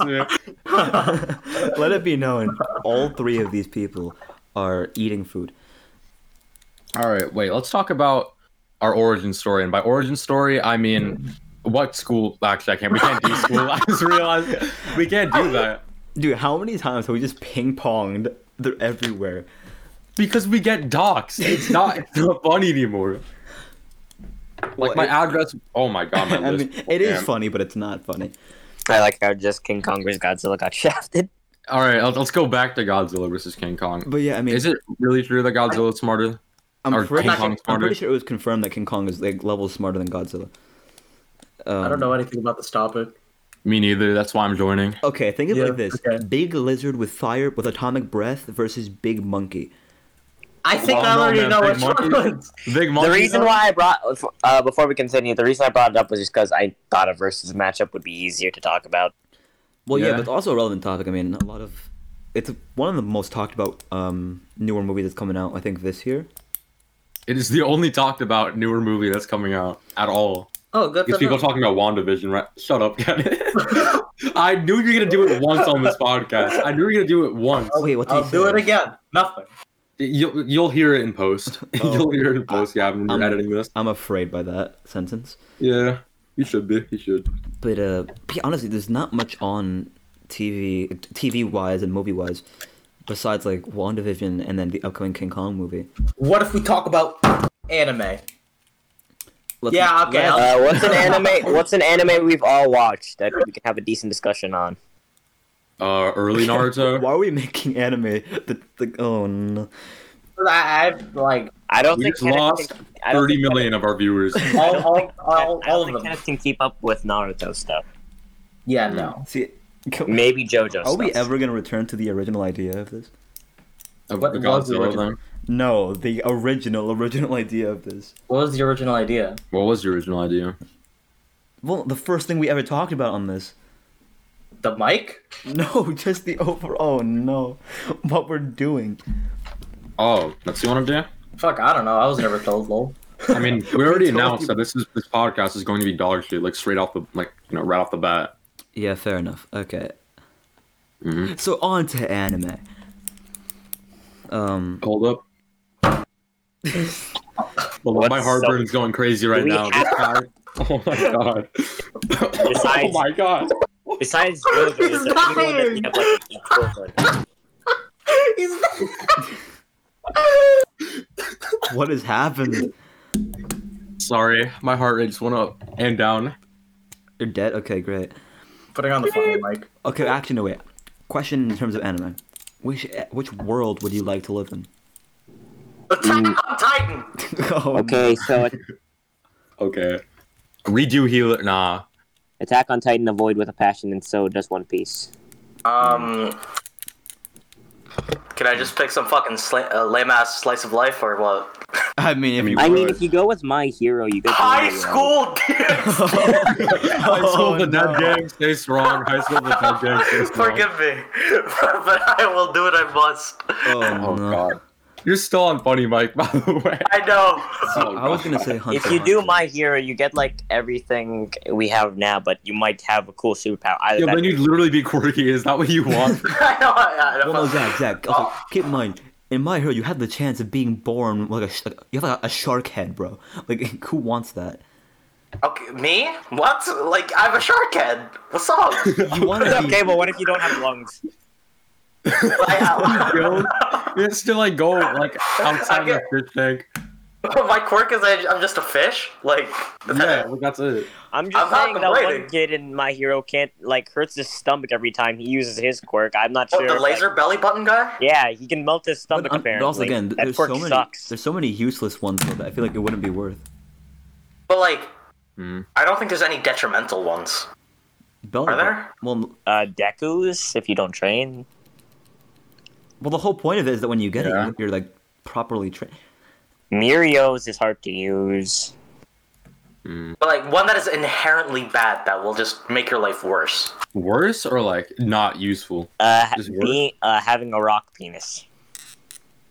S1: <laughs>
S2: too.
S1: let it be known, all three of these people are eating food.
S2: All right, wait. Let's talk about our origin story, and by origin story, I mean what school? Actually, I can't. We can't do <laughs> school. I just realized we can't do that
S1: Dude, how many times have we just ping ponged? They're everywhere.
S2: because we get docs. It's not, <laughs> it's not funny anymore. Like my address. Oh my god,
S1: <laughs>
S2: my
S1: I
S2: list.
S1: mean, it is
S2: Damn.
S1: funny, but it's not funny.
S5: I like how just King Kong vs. Godzilla got <laughs> shafted.
S2: All right, let's- let's go back to Godzilla versus King Kong.
S1: But yeah, I mean,
S2: Is it really true that Godzilla's smarter? or
S1: I'm, pretty,
S2: King Kong's
S1: I'm
S2: smarter?
S1: pretty sure it was confirmed that King Kong is like levels smarter than Godzilla. Um,
S3: I don't know anything about this topic.
S2: Me neither. That's why I'm joining.
S1: Okay, think of it
S7: Yeah,
S1: like this:
S7: okay.
S1: big lizard with fire with atomic breath versus big monkey.
S4: I think
S2: Well,
S4: I
S2: no,
S4: already
S2: man,
S4: know
S2: big
S4: which
S2: monkey.
S4: one. wins.
S2: Big monkey.
S5: The reason
S2: though?
S5: why I brought uh, before we continue, the reason I brought it up was just because I thought a versus matchup would be easier to talk about.
S1: Well, yeah,
S2: Yeah.
S1: but it's also a relevant topic. I mean, a lot of it's one of the most talked about um, newer movies that's coming out. I think this year.
S2: it is the only talked about newer movie that's coming out at all.
S4: Oh, good
S2: It's
S4: for
S2: people
S4: them.
S2: talking about Wandavision, right? Shut up, Kevin. <laughs>
S3: <laughs>
S2: I knew you were gonna do it once on this podcast. I knew you were gonna do it once.
S1: Oh wait, what did
S4: I'll
S1: he
S4: do
S1: say?
S4: it again. Nothing.
S2: You'll you'll hear it in <laughs> post.
S1: Oh.
S2: you'll hear it in post, Gavin. When you're
S1: I'm-
S2: editing this.
S1: I'm afraid by that sentence.
S2: Yeah, you should be. You should.
S1: But uh, p- honestly, there's not much on TV, TV wise and movie wise, besides like WandaVision and then the upcoming King Kong movie.
S4: What if we talk about anime?
S1: Let's,
S4: Yeah,
S1: <laughs>
S4: okay.
S1: let's-
S2: <laughs>
S5: Uh, what's an anime? What's an anime we've all watched that we can have a decent discussion on?
S2: Uh, early Naruto.
S5: <laughs>
S1: Why are we making anime? The, the oh no.
S4: I, I've like
S5: I don't
S2: We
S5: think
S2: just
S5: Kenneth
S2: lost
S5: can- I don't
S2: Thirty
S5: think
S2: million of our viewers.
S4: all, all,
S5: Kenneth-
S4: all,
S5: I don't
S4: all
S5: think
S4: of them.
S5: Kenneth can keep up with Naruto stuff.
S4: Yeah, no.
S1: See, <laughs> can we-
S5: Maybe JoJo.
S1: are we
S5: stuff.
S1: ever gonna return to the original idea of this?
S2: Of
S4: What
S2: the
S4: was the
S2: Godzilla
S4: original-
S2: thing.
S1: No, the original original <laughs> idea of this.
S4: What was the original idea?
S2: What was the original idea?
S1: Well, the first thing we ever talked about on this. <laughs>
S4: The mic?
S1: No, just the overall. Oh no, what we're doing.
S2: Oh, that's the one I'm doing.
S4: Fuck, I don't know. I was never told, lol.
S2: I mean, we already
S1: told
S2: announced
S1: you.
S2: that this is this podcast is going to be dog shit, like straight off the like you know right off the bat.
S1: Yeah, fair enough. Okay.
S5: Mm-hmm.
S2: Mhm.
S1: So on to anime. Um,
S2: Hold up. <laughs> Hold up, my
S5: What's
S2: heartburn
S5: so-
S2: is going crazy right
S5: we
S2: now. This guy. <laughs> Oh my god. oh <laughs>
S5: Besides-
S2: my god.
S4: <laughs>
S5: Besides JoJo, is there anyone that we have like an equivalent?
S4: He's-
S1: what has happened?
S2: Sorry, my heart rate just went up and down.
S1: You're dead. Okay, great.
S4: Putting on the fucking mic.
S1: Okay, actually, no wait. Question in terms of anime. Which which world would you like to live in? <laughs>
S4: Attack on Titan!
S1: oh,
S5: Okay, so
S2: Okay. Redo healer. Nah.
S5: Attack on Titan, avoid with a passion, and so does One Piece.
S4: Um. Can I just pick some fucking sla- uh, lame ass slice of life or what?
S1: I mean, if you.
S5: I
S1: <laughs>
S5: mean,
S2: Good.
S5: if you go with My Hero, you go. to
S4: High
S5: My Hero.
S4: school <laughs>
S2: <laughs>
S4: dance!
S5: <laughs>
S2: High school
S1: Oh,
S2: the dead
S1: no.
S2: gang stays strong. High school the dead gang stays strong.
S4: <laughs> Forgive me, but I will do what I must.
S1: Oh,
S2: Oh
S1: no.
S2: god. You're still on funny Mike, by the <laughs> way.
S4: I know. <laughs>
S2: Oh,
S1: I was gonna
S2: God.
S1: say Hunter.
S5: If you
S1: x
S5: do
S1: Hunter.
S5: My Hero, you get like everything we have now, but you might have a cool superpower. Either
S2: Yeah,
S5: that
S2: then you'd literally be quirky. Is that what you want?
S4: I know. I know.
S1: Well, no,
S4: <laughs>
S1: Zach, Zach. Okay, keep in mind, in my hero, you have the chance of being born like a sh- like- you have like a shark head, bro. Like, <laughs> who wants that?
S4: Okay, me? What? Like I'm a shark head. What's up?
S2: <laughs>
S1: You want to be
S5: okay, but what if you don't have lungs?
S2: <laughs>
S4: I- <laughs>
S2: Yo, you have to like go like outside
S4: Okay.
S2: the fish tank.
S4: my quirk is I, I'm just a fish. Like
S2: Yeah, like, that's it.
S5: I'm
S4: I'm
S5: just
S4: not
S5: saying that one
S4: complaining.
S5: kid in My Hero can't like hurts his stomach every time he uses his quirk. I'm not
S4: What,
S5: sure.
S4: the laser belly button guy.
S5: yeah, he can melt his
S1: But,
S5: stomach
S1: um,
S5: apparently.
S1: but also, again,
S5: that
S1: there's
S5: quirk
S1: so many
S5: sucks.
S1: there's so many useless ones though, that I feel like it wouldn't be worth.
S4: But like,
S2: Hmm.
S4: I don't think there's any detrimental ones.
S1: Belly
S4: Are there?
S1: Well,
S5: Uh, Deku's, if you don't train,
S1: well, the whole point of it is that when you get
S2: Yeah.
S1: it, you're like properly trained.
S5: Mirio's is hard to use.
S2: Mm-hmm.
S4: But like one that is inherently bad that will just make your life worse.
S2: Worse or like not useful?
S5: Uh,
S2: Does it work?
S5: being, uh having a rock penis.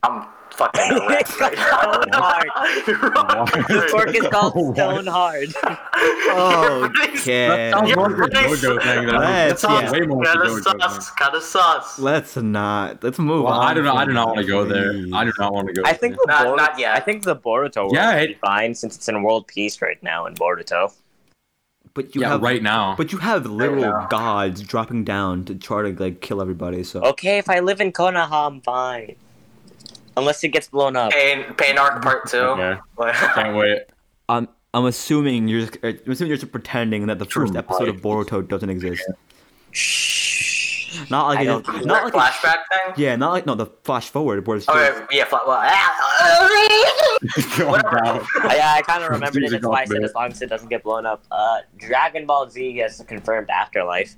S4: I'm
S1: <laughs>
S4: fucking wrecked right
S1: Oh
S4: <laughs> now.
S5: His
S2: <laughs>
S5: quirk is called
S2: Oh, what?
S5: Stone Hard.
S1: Oh, Okay. <laughs>
S4: Oh,
S2: That sounds
S4: Yeah.
S2: more <laughs> like a JoJo thing. than- That
S1: Let's- yeah.
S2: sounds way more like a
S4: Kind of
S2: JoJo thing.
S4: sus. Kind of sus.
S1: Let's not. Let's move
S2: Well,
S1: on.
S2: I do not. I
S1: from
S2: do not want to
S1: that,
S2: go there.
S1: please.
S2: I do not want to go.
S5: I
S2: there.
S5: think the
S4: Not-
S5: Boruto,
S4: not yet.
S5: I think the Boruto world
S2: Yeah,
S5: would be
S2: it-
S5: fine since it's in world peace right now in Boruto.
S1: But you
S2: Yeah,
S1: have
S2: right now.
S1: But you have literal
S4: know.
S1: gods dropping down to try to like kill everybody. So
S5: Okay, if I live in Konoha, I'm fine. Unless it gets blown up.
S4: Pain, pain arc part two.
S2: Okay. <laughs> Can't wait.
S1: I'm I'm assuming you're just, I'm assuming you're just pretending that the first
S2: True,
S1: episode of
S2: right.
S1: Boruto doesn't exist.
S5: Shh.
S1: Not like
S5: I
S1: a-
S5: don't do
S1: not like a-
S3: flashback thing.
S1: yeah, not like not the flash forward where it's
S4: Oh,
S3: Or
S1: just
S3: yeah, fla- well,
S4: <laughs>
S3: ah,
S2: <laughs>
S5: I, I kind of remembered it.
S2: Music
S5: That's why I
S2: off,
S5: said
S2: man.
S5: as long as it doesn't get blown up. Uh, Dragon Ball Z has a confirmed afterlife.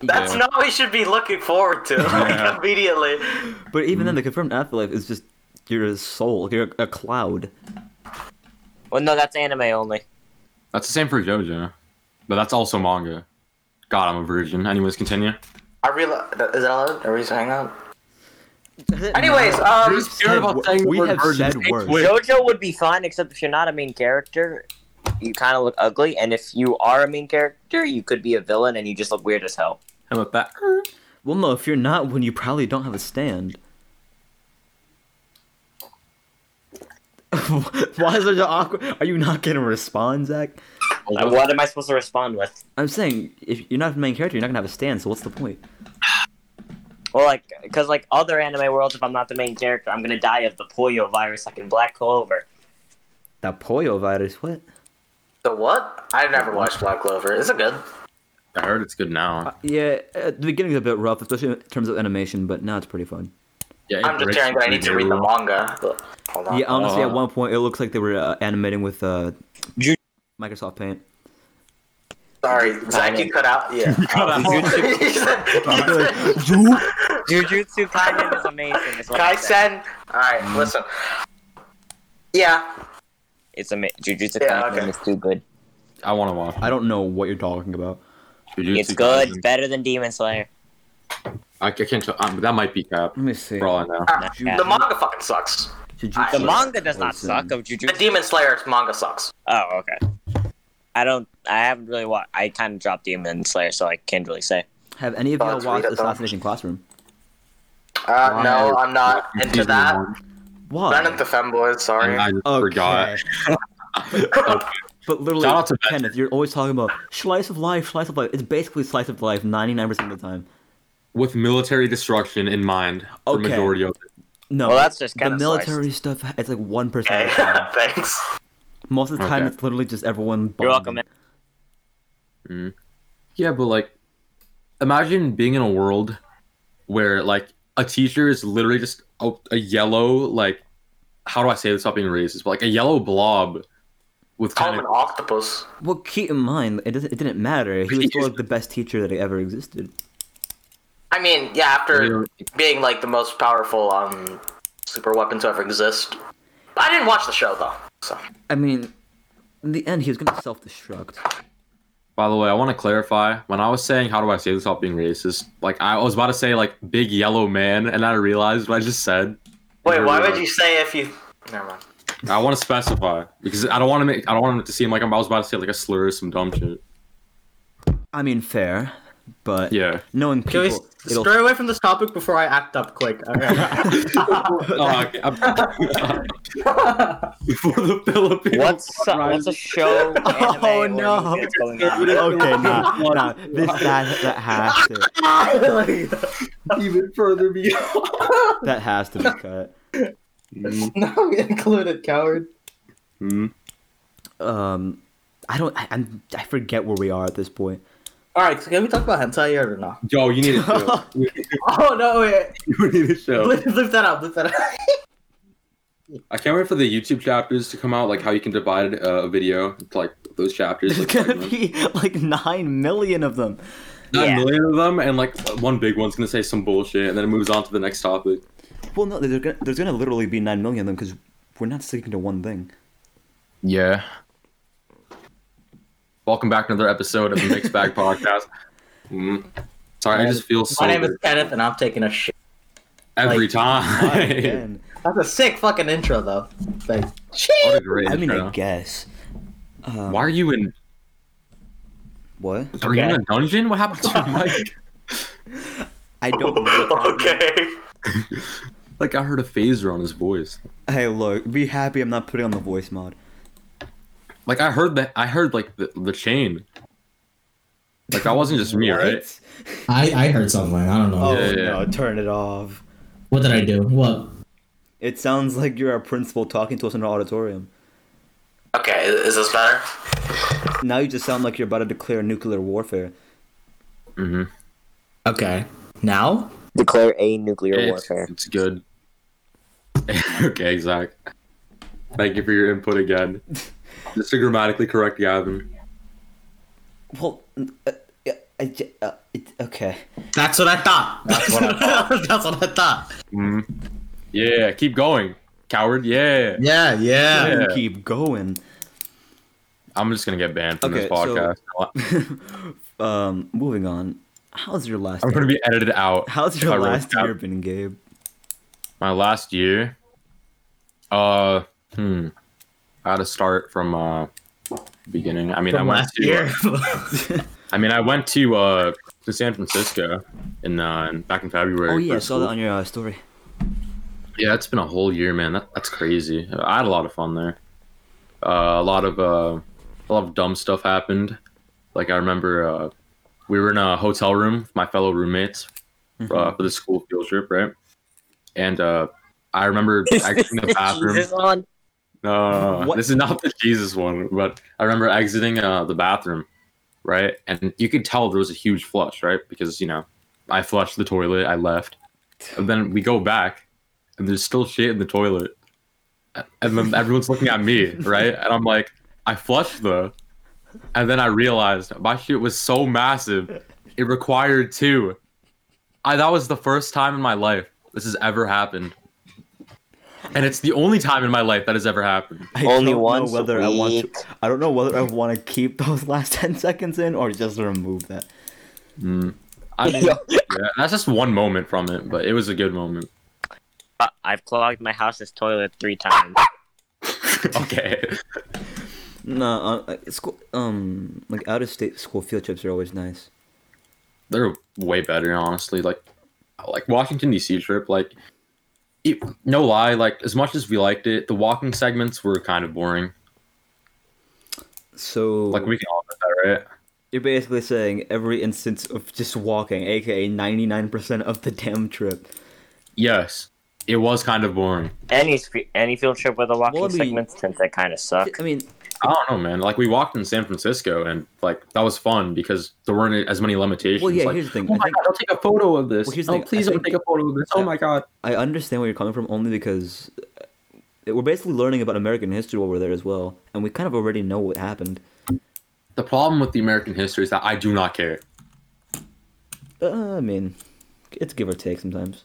S3: that's
S2: Yeah.
S3: not what we should be looking forward to like,
S2: Yeah.
S3: immediately.
S1: But even
S5: Mm-hmm.
S1: then, the confirmed afterlife is just you're a soul, you're a cloud.
S5: Well, no, that's anime only.
S2: That's the same for JoJo, but that's also manga. God, I'm a virgin. Anyways, continue.
S3: I realize is that allowed? Are we saying that? Anyways, um,
S2: Who's scared
S1: said-
S2: about saying the
S1: we
S2: word
S1: have
S2: virgin?
S1: said
S2: Hey,
S1: words.
S2: Twitch.
S5: JoJo would be fun, except if you're not a main character, you kind of look ugly. And if you are a main character, you could be a villain and you just look weird as hell.
S2: How about that?
S1: Well, no, if you're not, when you probably don't have a stand. <laughs> Why is it so awkward? Are you not gonna respond, Zach?
S5: Uh, What am I supposed to respond with?
S1: I'm saying if you're not the main character, you're not gonna have a stand. So what's the point?
S5: Well, like, because like other anime worlds, if I'm not the main character, I'm gonna die of the polio virus, like in Black Clover.
S1: That polio virus. What?
S3: the what? I've never watched Black Clover. Is it good?
S2: I heard it's good now.
S1: Uh, Yeah, at the beginning's a bit rough, especially in terms of animation, but now it's pretty fun.
S2: Yeah, it
S3: I'm just
S2: breaks
S3: hearing that I need to read the
S2: new.
S3: manga. but- Hold
S5: Uh,
S3: on.
S1: Yeah, honestly, at
S2: Uh-huh.
S1: one point it looks like they were uh, animating with uh,
S5: Ju-
S1: Microsoft
S5: <laughs>
S1: Paint.
S3: Sorry, Zach, you cut out. Yeah. <laughs>
S2: Cut out.
S3: He said- he said-
S5: Jujutsu Kaisen is amazing. Is what I said.
S3: Kaisen. All right, listen. Yeah,
S5: It's ama- Jujutsu
S3: Yeah,
S5: Kaisen
S3: okay.
S5: is too good.
S2: I want to watch.
S1: I don't know what you're talking about.
S2: Jujutsu
S5: It's good. It's
S2: Kaisen.
S5: better than Demon Slayer.
S2: I, I can't tell. Um, that might be cap.
S1: Let me see.
S2: For all I know.
S3: Ah,
S5: Not bad.
S3: the manga fucking sucks.
S1: Jujutsu
S5: The manga does not
S1: Kaisen.
S5: suck of
S3: The
S5: Jujutsu.
S3: Demon Slayer manga sucks.
S5: Oh, okay. I don't. I haven't really watched. I kind of dropped Demon Slayer, so I can't really say.
S1: Have any of
S3: Oh,
S1: y'all
S3: it's
S1: watched
S3: Rita, though.
S1: Assassination Classroom?
S3: Uh, no,
S2: Wow.
S3: I'm not into
S2: Season
S3: that.
S2: one,
S1: Why?
S3: Not into femboys. Sorry.
S2: and I just
S1: Okay.
S2: forgot. Okay.
S1: But literally,
S2: Shout out to Ben.
S1: Kenneth, you're always talking about slice of life, slice of life. It's basically slice of life 99% of the time.
S2: With military destruction in mind, for
S1: Okay.
S2: majority of it.
S1: No,
S5: Well, that's just
S1: the
S5: kinda
S1: military stuff. It's like one percent.
S3: Okay.
S1: of the time.
S3: <laughs> Thanks.
S1: Most of the time,
S2: Okay.
S1: it's literally just everyone.
S5: You're
S1: bonding.
S5: welcome. Man.
S2: Yeah, but like, imagine being in a world where like a teacher is literally just a, a yellow like, how do I say this without being racist? But like a yellow blob with
S3: Call
S2: kind
S3: him an
S2: of
S3: octopus.
S1: Well, keep in mind, it doesn't. It didn't matter. He was still like the best teacher that ever existed.
S3: I mean, yeah, after being like the most powerful um super weapon to ever exist. I didn't watch the show though. So
S1: I mean, in the end, he was gonna self-destruct.
S2: By the way, I want to clarify. When I was saying how do I say this without being racist, like I was about to say like big yellow man, and I realized what I just said.
S3: wait, why
S2: Yeah.
S3: would you say if you? Never mind.
S2: I want to specify because I don't want to make I don't want it to seem like I'm, I was about to say like a slur or some dumb shit.
S1: I mean, fair, but
S2: Yeah.
S1: knowing
S6: Can we
S1: people,
S6: s-
S1: it'll
S6: stray away from this topic before I act up quick?
S4: <laughs>
S6: Okay.
S2: <laughs> Oh, okay. I'm- <laughs> For the Philippines.
S5: What's a, what's a show? Anime
S1: Oh,
S5: or
S1: no.
S5: movie that's going on?
S1: <laughs> okay,
S6: <laughs>
S1: nah, nah, this that that has to
S2: <laughs> even further beyond?
S1: that has
S6: <laughs>
S1: to be cut.
S6: no, we included coward.
S2: Hmm.
S1: Um, I don't. I, I'm. I forget where we are at this point.
S6: All right, so can we talk about hentai yet or not?
S2: Yo,
S1: <laughs>
S2: you need a show.
S6: <laughs> Oh no, wait.
S2: <laughs> you need
S6: <laughs>
S2: a show.
S6: Look, look that up. Look that up.
S2: I can't wait for the YouTube chapters to come out. Like how you can divide uh, a video into, like those <laughs> chapters.
S1: There's
S2: Like,
S1: gonna
S2: segments.
S1: be like nine million of them.
S2: Nine
S5: Yeah.
S2: million of them, and like one big one's gonna say some bullshit, and then it moves on to the next topic.
S1: Well, no, there's gonna, there's gonna literally be nine million of them because we're not sticking to one thing.
S2: Yeah. Welcome back to another episode of the Mixed Bag <laughs> Podcast. Mm. Sorry, I just feel so
S6: My name is
S2: good
S6: Kenneth, and I'm taking a shit.
S2: every
S6: like-
S2: <laughs> time.
S1: Again.
S6: That's a sick fucking intro, though. Thanks.
S2: what a great
S1: I mean, I
S2: intro.
S1: guess. Um,
S2: Why are you in?
S1: What?
S2: Are you in
S6: Okay.
S2: a dungeon? What happened to <laughs> your mic?
S1: I don't. know.
S3: okay.
S2: like I heard a phaser on his voice.
S1: Hey, look, be happy I'm not putting on the voice mod.
S2: Like I heard that. I heard like the, the chain. Like that wasn't just me, right?
S4: I, I heard something. I don't know.
S1: Oh
S2: Yeah, yeah.
S1: no, turn it off.
S4: What did I do? What?
S1: It sounds like you're our principal talking to us in an auditorium.
S3: Okay, is this better?
S1: Now you just sound like you're about to declare nuclear warfare.
S2: Mm-hmm.
S4: Okay. Now?
S5: Declare a nuclear
S2: It's,
S5: warfare.
S2: it's good. <laughs> okay, Zach. Thank you for your input again. Just to grammatically correct Gavin.
S1: Well, uh, uh, I j- uh, it, okay.
S4: That's what I thought. That's what I thought. <laughs> That's what I thought.
S2: Mhm. Yeah, keep going, coward. Yeah.
S4: Yeah, yeah.
S2: Yeah.
S1: Keep going. <laughs>
S2: I'm just gonna get banned from this
S1: Okay, so-
S2: podcast.
S1: Um, moving on. How's your last?
S2: I'm gonna
S1: year-
S2: be edited out.
S1: How's
S2: if I
S1: your
S2: wrote
S1: last
S2: that.
S1: year been, Gabe?
S2: My last year. Uh, hmm. I gotta start from uh beginning. I mean, I
S4: From
S2: went
S4: last
S2: to,
S4: year.
S2: I mean, I went to uh to San Francisco in uh back in February.
S1: <laughs> Oh yeah,
S2: for
S1: I saw
S2: school.
S1: that on your uh, story.
S2: Yeah, it's been a whole year, man. That, that's crazy. I had a lot of fun there. Uh, a lot of uh, a lot of dumb stuff happened. Like I remember, uh, we were in a hotel room with my fellow roommates uh,
S1: Mm-hmm.
S2: for the school field trip, right? And uh,
S1: <laughs>
S2: I remember exiting
S5: <laughs>
S2: the bathroom.
S5: Jesus on.
S2: No, no, no, no.
S1: What?
S2: this is not the Jesus one, but I remember exiting uh, the bathroom, right? And you could tell there was a huge flush, right? Because, you know, I flushed the toilet, I left. And then we go back, and there's still shit in the toilet. And then everyone's looking at me, right? And I'm like, I flushed the. And then I realized my shit was so massive, it required two. I, that was the first time in my life this has ever happened. And it's the only time in my life that has ever happened.
S1: <laughs> I
S5: Only
S1: don't
S5: once
S1: Know
S5: a
S1: whether I want
S5: week.
S1: to, I don't know whether I want to keep <laughs> those last ten seconds in or just remove that.
S2: I mean,
S5: Yo.
S2: yeah, that's just one moment from it, but it was a good
S1: <laughs>
S2: moment.
S5: Uh, I've clogged my house's toilet three times.
S2: Okay.
S1: No, uh, school, um, like out of state school field trips are always nice.
S2: They're way better, honestly. Like, like Washington D.C. trip. Like, it, no lie. Like, as much as we liked it, the walking segments were kind of boring.
S1: So
S2: Like, we can all admit that, right?
S1: you're basically saying every instance of just walking, aka 99% of the damn trip.
S2: Yes, it was kind of boring.
S5: Any sp- any field trip with a walking
S1: Well, I mean-
S5: segment since that kind of suck.
S1: I mean,
S2: I don't know, man. Like, we walked in San Francisco, and like that was fun because there weren't as many limitations.
S1: well, yeah.
S2: like,
S1: here's the thing.
S2: Oh
S1: I
S2: my
S1: think
S2: god! I'll take a photo of this.
S1: Well, here's the
S2: oh,
S1: thing, I
S2: please don't
S1: think-
S2: take a photo of this. Oh
S1: Yeah.
S2: my god!
S1: I understand where you're coming from only because uh, we're basically learning about American history while we're there as well, and we kind of already know what happened.
S2: The problem with the American history is that I do not care.
S1: Uh, I mean, it's give or take sometimes.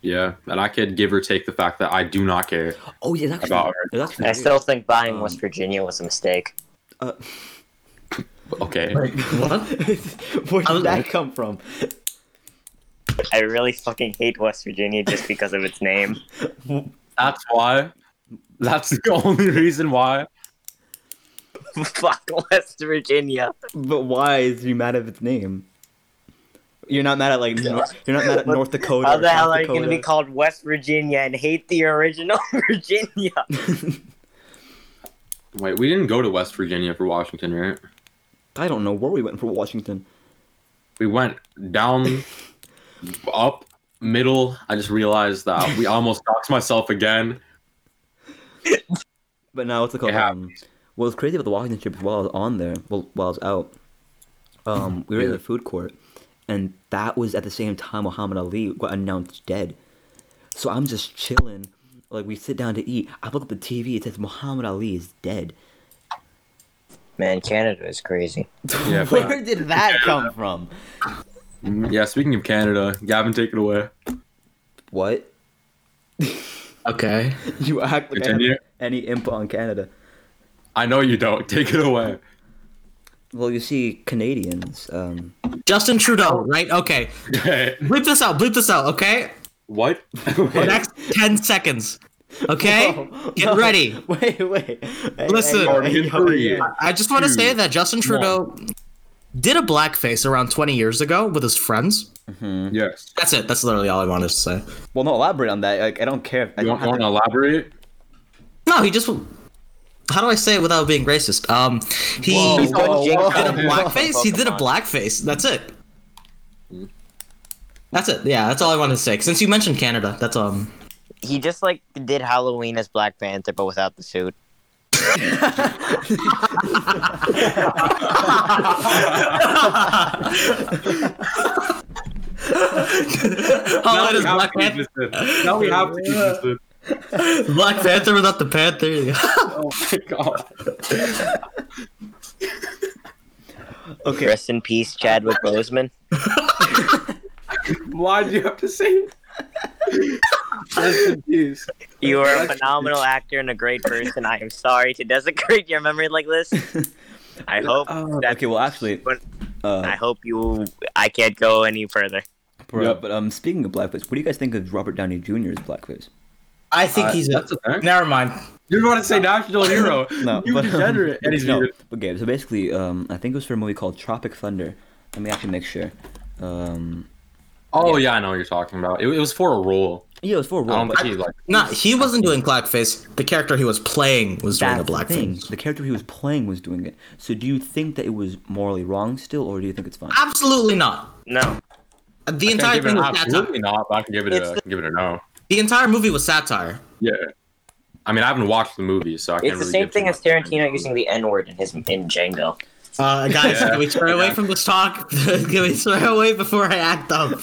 S2: Yeah, and I could give or take the fact that I do not care.
S1: Oh yeah, that's
S2: About
S1: actually, that's actually
S5: I still think buying
S1: Um,
S5: West Virginia was a mistake.
S2: Okay.
S4: <laughs>
S1: <laughs>
S4: Like, what?
S1: Where did
S4: I was-
S1: that come from?
S5: I really fucking hate West Virginia just because of
S1: <laughs>
S5: its name. <laughs>
S2: That's why. That's the only reason why.
S5: Fuck West Virginia.
S1: But why is you mad at its name? You're not mad at like Nor- you're not mad at
S5: What-
S1: North Dakota.
S5: How
S1: or
S5: the
S1: South
S5: hell are you going to
S1: Dakota.
S5: be called West Virginia and hate the original <laughs> Virginia?
S2: Wait, we didn't go to West Virginia for Washington, right?
S1: <laughs> I don't know where we went for Washington.
S2: We went down, up, middle. I just realized that we almost doxed myself again.
S1: But now what's it called?
S2: It happens.
S1: um, what was crazy about the Washington trip is while I was on there, well, while I was out, um, we were in
S2: Yeah.
S1: the food court, and that was at the same time Muhammad Ali got announced dead. So I'm just chilling, like we sit down to eat. I look at the TV. It says Muhammad Ali is dead.
S5: Man, Canada is crazy.
S2: <laughs> Yeah,
S1: Where did that come from?
S2: Yeah, speaking of Canada, Gavin, take it away.
S1: What?
S4: Okay.
S1: You act like I have
S2: Continue.
S1: any input on Canada.
S2: I know you don't. <laughs> Take it away.
S1: Well, you see, Canadians. Um,
S4: Justin Trudeau, right? Okay.
S2: Okay.
S4: Bleep this out. Bleep this out, okay?
S2: what? <laughs>
S4: The <laughs> next 10 seconds. Okay?
S1: <laughs>
S4: Get
S1: no.
S4: ready.
S1: Wait, wait. Hey,
S4: Listen.
S1: hey, hey, yo,
S2: Three.
S1: yeah.
S4: I just want to
S2: Dude,
S4: say that Justin Trudeau did a blackface around 20 years ago with his friends.
S2: Yes.
S4: That's it. That's literally all I wanted to say.
S1: Well, no, elaborate on that. Like, I don't care. If, I
S2: You
S1: don't
S2: want,
S1: have
S2: want
S1: to-
S2: to elaborate?
S4: No, he just. How do I say it without being racist? Um, he
S1: Whoa, whoa,
S4: did
S1: whoa,
S4: a
S1: <laughs> whoa,
S4: blackface. he did a
S5: Pokemon.
S4: blackface. That's it. That's it. Yeah, that's all I wanted to say. Since you mentioned Canada, that's um. <laughs>
S5: He just like did Halloween as Black Panther but without the suit.
S4: All that oh, is
S2: have
S4: Black
S2: to keep
S4: Panther.
S2: this in. Now we have to keep this in.
S4: Black Panther without the Panther.
S1: <laughs>
S2: Oh my <laughs> god.
S1: Okay.
S5: Rest in peace, Chadwick Boseman.
S2: Why do you have to say it?
S1: <laughs>
S2: I'm confused.
S5: You were a phenomenal actor and a great person. I am sorry to desecrate your memory like this. I hope
S2: Oh,
S5: that
S1: Okay, well, actually,
S5: But- I
S1: uh,
S5: hope you. I can't go any further.
S1: bro,
S2: Yep.
S1: but um, speaking of blackface, what do you guys think of Robert Downey Jr.'s blackface?
S4: I think he's. A,
S2: That's a fact.
S4: never mind.
S2: You're about to say national hero.
S1: <laughs> No,
S2: you
S1: but, um, <laughs>
S2: degenerate. and he's
S1: no,
S2: muted.
S1: but yeah, so basically, um, I think it was for a movie called Tropic Thunder. Let me actually make sure. Um,
S2: Oh yeah. I know what you're talking about. It, it was for a role.
S1: yeah, it was for a
S2: I
S1: role.
S2: don't
S1: But
S2: think he's like
S4: No, he wasn't doing blackface. The character he was playing was doing
S1: that's
S4: a
S1: the thing.
S4: blackface.
S1: The character he was playing was doing it. So do you think that it was morally wrong still, or do you think it's fine?
S4: Absolutely not.
S5: No.
S2: I
S4: The
S2: can't
S4: entire
S2: give it
S4: thing
S2: an
S4: was satire.
S2: absolutely not, but I can give it
S4: It's
S2: a
S4: the-
S2: can give it a no.
S4: The entire movie was satire.
S2: Yeah. I mean, I haven't watched the movie, so I can't.
S5: It's the
S2: really
S5: same
S2: give too
S5: thing
S2: much.
S5: as Tarantino using the N word in his in Django.
S4: Uh, guys,
S2: Yeah.
S4: can we turn away from this talk? <laughs> can we turn away before I act up? <laughs>
S5: <laughs>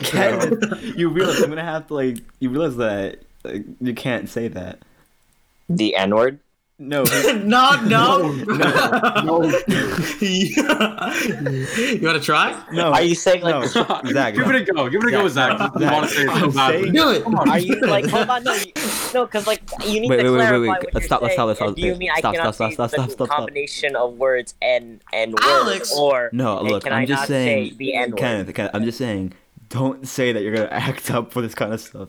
S1: Ken, <laughs> you realize I'm gonna have to like you realize that like, you can't say that.
S5: The N word. <laughs>
S1: No,
S4: no, no.
S2: No.
S4: <laughs> you want to try?
S1: no.
S5: Are you saying like?
S1: Oh. no, Zach,
S2: <laughs> give it a go. Give it a go, Zach.
S1: Zach,
S2: You want to say it so
S1: I'm
S2: badly.
S1: saying-
S4: Do it.
S1: <laughs>
S5: Are you like? Hold on, no, you, no, because like you need
S1: Wait,
S5: to
S1: wait, wait, wait,
S5: clarify
S1: wait.
S5: what
S1: Let's
S5: you're
S1: stop, let's stop,
S5: saying.
S1: let's stop,
S5: Do you
S1: let's
S5: mean
S1: stop,
S5: I cannot
S1: stop,
S5: say
S1: stop,
S5: the
S1: stop, stop, stop.
S5: combination of words and and
S4: Alex!
S5: words or
S1: No,
S5: and
S1: look,
S5: can
S1: I'm
S5: I
S1: just
S5: not
S1: saying,
S5: say the N word?
S1: Kenneth, Kenneth, I'm just saying, don't say that you're gonna <laughs> act up for this kind of stuff.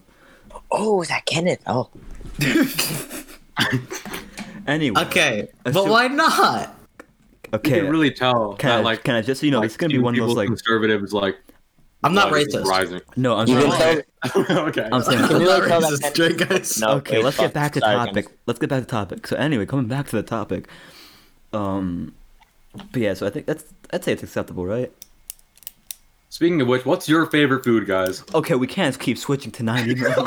S5: Oh, is that Kenneth? Oh,
S1: Anyway,
S4: <laughs> Okay,
S1: Let's
S4: but
S1: do-
S4: why not?
S2: You
S1: okay.
S2: can really tell
S1: can, I,
S2: that like
S1: can I just you know,
S2: like,
S1: it's gonna be
S2: seeing
S1: one of those
S2: people
S1: like
S2: conservative is like
S4: I'm not
S2: like,
S1: <laughs>
S4: racist.
S2: Rising.
S1: no, I'm
S5: you
S1: sorry.
S5: can <laughs> tell.
S2: okay.
S1: I'm saying
S4: <laughs> I'm
S5: You
S4: not
S5: really tell that
S4: racist,
S5: Kenneth-
S4: Drake, guys.
S5: No.
S1: okay,
S5: wait,
S1: let's
S5: fuck,
S1: get back to
S5: sorry,
S1: topic.
S5: Kenneth.
S1: Let's get back to topic. So anyway, coming back to the topic. Um but yeah, so I think that's I'd say it's acceptable, right?
S2: Speaking of which, what's your favorite food, guys?
S1: Okay, we can't keep switching to 90
S5: <laughs>
S1: minutes.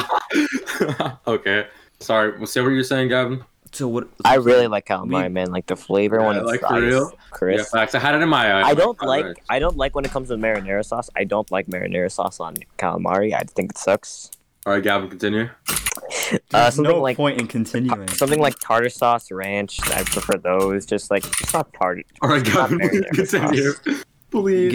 S2: okay. Sorry. Well, say what you're saying, Gavin.
S1: So what
S5: I really like calamari,
S1: We-
S5: man. Like the flavor
S2: Yeah,
S5: when it's
S2: like, for
S5: sliced,
S2: real?
S5: crisp.
S2: Yeah, facts. I had it in my eye.
S5: I don't like
S2: Alright.
S5: I don't like when it comes to marinara sauce. I don't like marinara sauce on calamari. I think it sucks.
S2: All right, Gavin, continue.
S5: Uh,
S1: There's
S5: something
S1: no
S5: like
S1: point in continuing.
S5: something like tartar sauce ranch. I prefer those. Just like it's not tartar.
S2: All right,
S5: it's not
S2: Gavin, <laughs> please
S5: marinara
S2: continue.
S5: sauce.
S2: Please.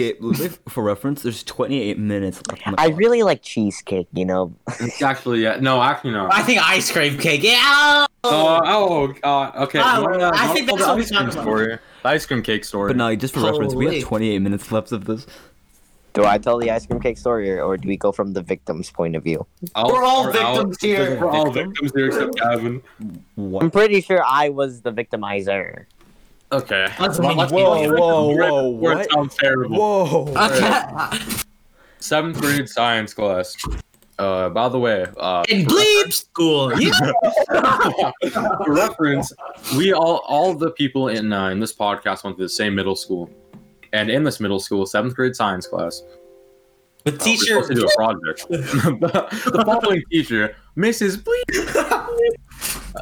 S5: <laughs>
S1: Okay, for reference, there's 28 minutes left. on the
S5: I
S1: clock.
S5: really like cheesecake. You know,
S2: It's actually, yeah. No, actually, no.
S4: I think ice cream cake. Yeah.
S2: Oh, oh, God. Okay.
S4: Oh,
S2: Wanna-
S4: I
S2: wanna
S4: think
S2: tell the
S4: that's what we
S2: ice cream
S4: talked about.
S2: Story. The ice cream cake story.
S1: But no, just for reference, we
S4: Holy.
S1: have 28 minutes left of this.
S5: do I tell the ice cream cake story, or, or do we go from the victim's point of view?
S2: I'll-
S4: We're all
S2: or I'll-
S4: victims here.
S2: We're all
S1: Victim?
S2: victims here <laughs> except Gavin.
S5: I'm
S1: What?
S5: pretty sure I was the victimizer.
S2: Okay.
S4: That's
S1: Whoa,
S4: me.
S1: whoa, whoa,
S2: We're-
S1: whoa,
S2: we're-
S1: what?
S2: sounds terrible.
S1: Whoa! <laughs>
S4: Okay.
S2: Seventh grade science class. Uh, by the way, uh,
S4: In
S2: <laughs>
S4: bleep school. Yeah.
S2: for reference, we all all the people in uh, in this podcast went to the same middle school, and in this middle school, seventh grade science class,
S4: With
S2: uh, we were
S4: teacher.
S2: supposed to do a project. <laughs> the, the following teacher, Mrs. Bleep,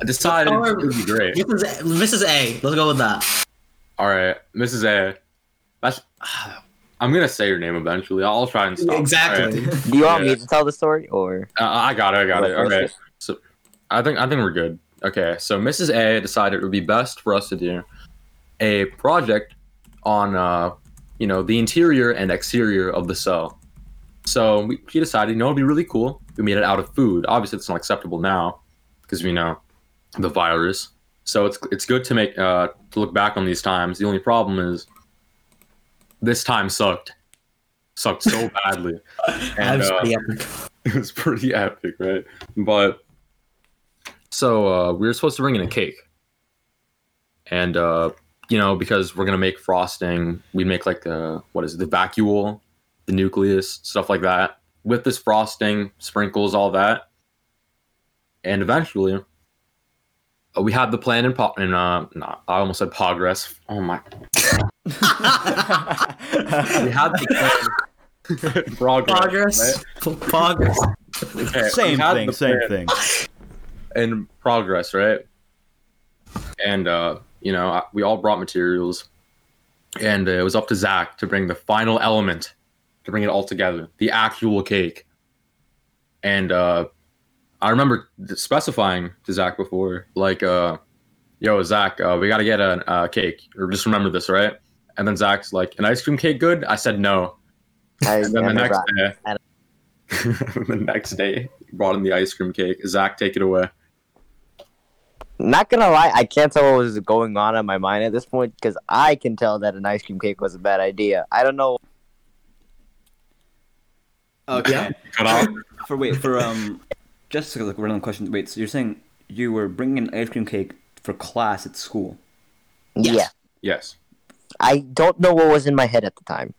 S2: decided it would be great.
S4: Mrs. A, Mrs. A. Let's go with that.
S2: All right, Mrs. A. That's. <sighs> I'm gonna say your name eventually. I'll try and stop. All right.
S4: Exactly.
S5: Do you want
S2: Yeah.
S5: me to tell the story, or
S2: Uh, I got it. I got it.
S5: What was
S2: Okay.
S5: it?
S2: So, I think I think we're good. Okay. So Mrs. A decided it would be best for us to do a project on, uh, you know, the interior and exterior of the cell. So we, she decided, you know, it'd be really cool. We made it out of food. Obviously, it's not acceptable now because we know the virus. So it's it's good to make uh, to look back on these times. The only problem is this time sucked, sucked so badly.
S4: That
S2: And,
S4: was
S2: uh,
S4: pretty epic.
S2: <laughs> it was pretty epic, right? But so uh, we were supposed to bring in a cake, and uh, you know because we're gonna make frosting, we make like uh, what is it, the vacuole, the nucleus, stuff like that. With this frosting, sprinkles, all that, and eventually, uh, we had the plan in po- in uh, no, I almost said progress. Oh my,
S1: <laughs>
S2: we had the plan. progress.
S4: Progress. P- Progress.
S2: Okay, we
S1: same
S2: had
S1: thing,
S2: the
S1: same
S2: plan.
S1: thing.
S2: in progress, right? And uh, you know, I, we all brought materials, and uh, it was up to Zach to bring the final element to bring it all together, the actual cake. And uh, I remember specifying to Zach before, like, uh, yo, Zach, uh, we got to get a, a cake, or just remember this, right? And then Zach's like, an ice cream cake good? I said no.
S5: I,
S2: And then
S5: I
S2: the
S5: remember
S2: next
S5: I-
S2: day, the next day, <laughs> he brought in the ice cream cake. Zach, take it away.
S5: Not gonna lie, I can't tell what was going on in my mind at this point because I can tell that an ice cream cake was a bad idea. I don't know.
S1: Okay.
S2: Cut off.
S1: For wait for um, just a like, random question. Wait, so you're saying you were bringing an ice cream cake for class at school?
S6: Yes.
S5: Yeah,
S2: yes.
S5: I don't know what was in my head at the time.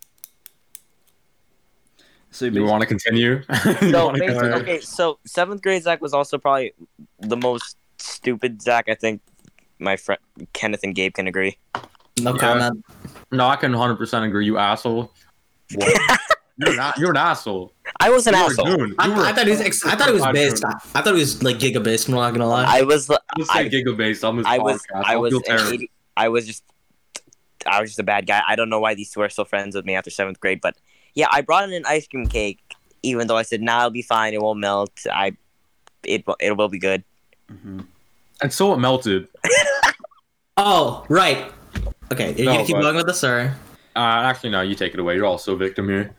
S1: So
S2: You want to continue? <laughs> You
S5: So
S2: wanna
S5: basically,
S2: continue?
S5: okay, so seventh grade Zach was also probably the most stupid Zach. I think my friend Kenneth and Gabe can agree.
S4: No
S2: Yeah.
S4: comment.
S2: No, I can 100% agree. You asshole. What? you're, not, you're an asshole.
S5: I was an
S2: You were
S5: asshole.
S2: doomed. You
S4: I,
S2: were-
S4: I thought he was. Ex- I thought he was based. I, I thought he was like giga based. I'm not gonna lie.
S5: I was.
S2: I was
S5: I-
S2: like gigabase on this
S5: I
S2: podcast.
S5: was. I
S2: I'll
S5: was.
S2: feel
S5: An
S2: terrible.
S5: 80, I was just. I was just a bad guy. I don't know why these two are still friends with me after seventh grade, but yeah, I brought in an ice cream cake, even though I said, "Nah, it'll be fine. It won't melt. I, it will- it will be good."
S1: hmm
S2: And so it melted.
S4: oh right. Okay, you're
S2: No,
S4: gonna keep
S2: but-
S4: going with this, sorry.
S2: Uh, actually, no, you take it away. You're also a victim here.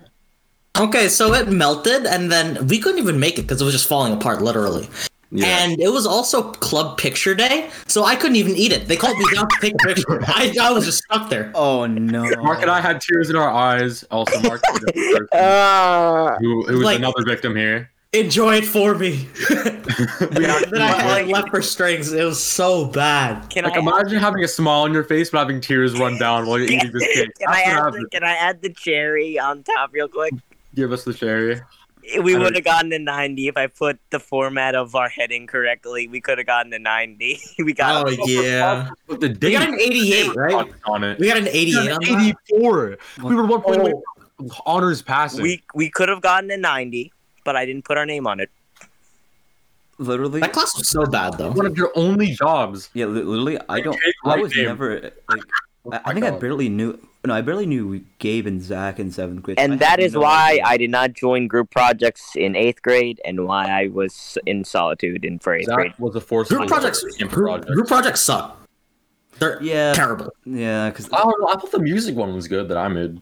S4: Okay, so it melted, and then we couldn't even make it because it was just falling apart, literally.
S2: Yeah.
S4: And it was also club picture day, so I couldn't even eat it. They called me down to take a
S2: <laughs>
S4: picture. I, I was just stuck there.
S1: Oh no!
S2: Mark and I had tears in our eyes. Also, Mark was the other person
S5: Uh,
S2: who, who was
S4: Like-
S2: another victim here.
S4: Enjoy it for me. then I had like left for strings. It was so bad.
S5: can
S2: Like,
S5: I
S2: imagine having a smile on your face but having tears run down while you're
S5: Can, <laughs>
S2: eating this cake.
S5: can
S2: That's what
S5: I add
S2: happened.
S5: the, can I add the cherry on top real quick?
S2: Give us the cherry.
S5: We
S2: I
S5: would
S2: don't-
S5: have gotten a ninety if I put the format of our heading correctly. We could have gotten a ninety. <laughs> we got
S4: Oh yeah,
S2: But the
S4: we
S2: date
S4: got an 88, right?
S2: on it.
S4: We got an 88 on that.
S2: 84. We were one point away from honors passing.
S5: we we could have gotten a ninety, but I didn't put our name on it.
S1: literally,
S4: That class was so bad though.
S2: one of your only jobs.
S1: yeah, li- literally. I don't.
S2: Cake
S1: I
S2: right
S1: was
S2: name.
S1: never like.
S5: Oh
S1: I, I
S2: my
S1: think I
S2: God.
S1: barely knew. No, I barely knew Gabe and Zach in seventh grade. I
S5: And that
S1: had
S5: is
S1: no
S5: why
S1: idea.
S5: I did not join group projects in eighth grade, and why I was in solitude in for eighth grade.
S2: Zach was a force.
S4: Group
S2: for
S4: projects,
S2: Camp
S4: group,
S2: project.
S4: group projects suck. They're
S1: Yeah.
S4: terrible.
S1: Yeah, because
S5: Oh.
S2: I don't know. I thought the music one was good that I made.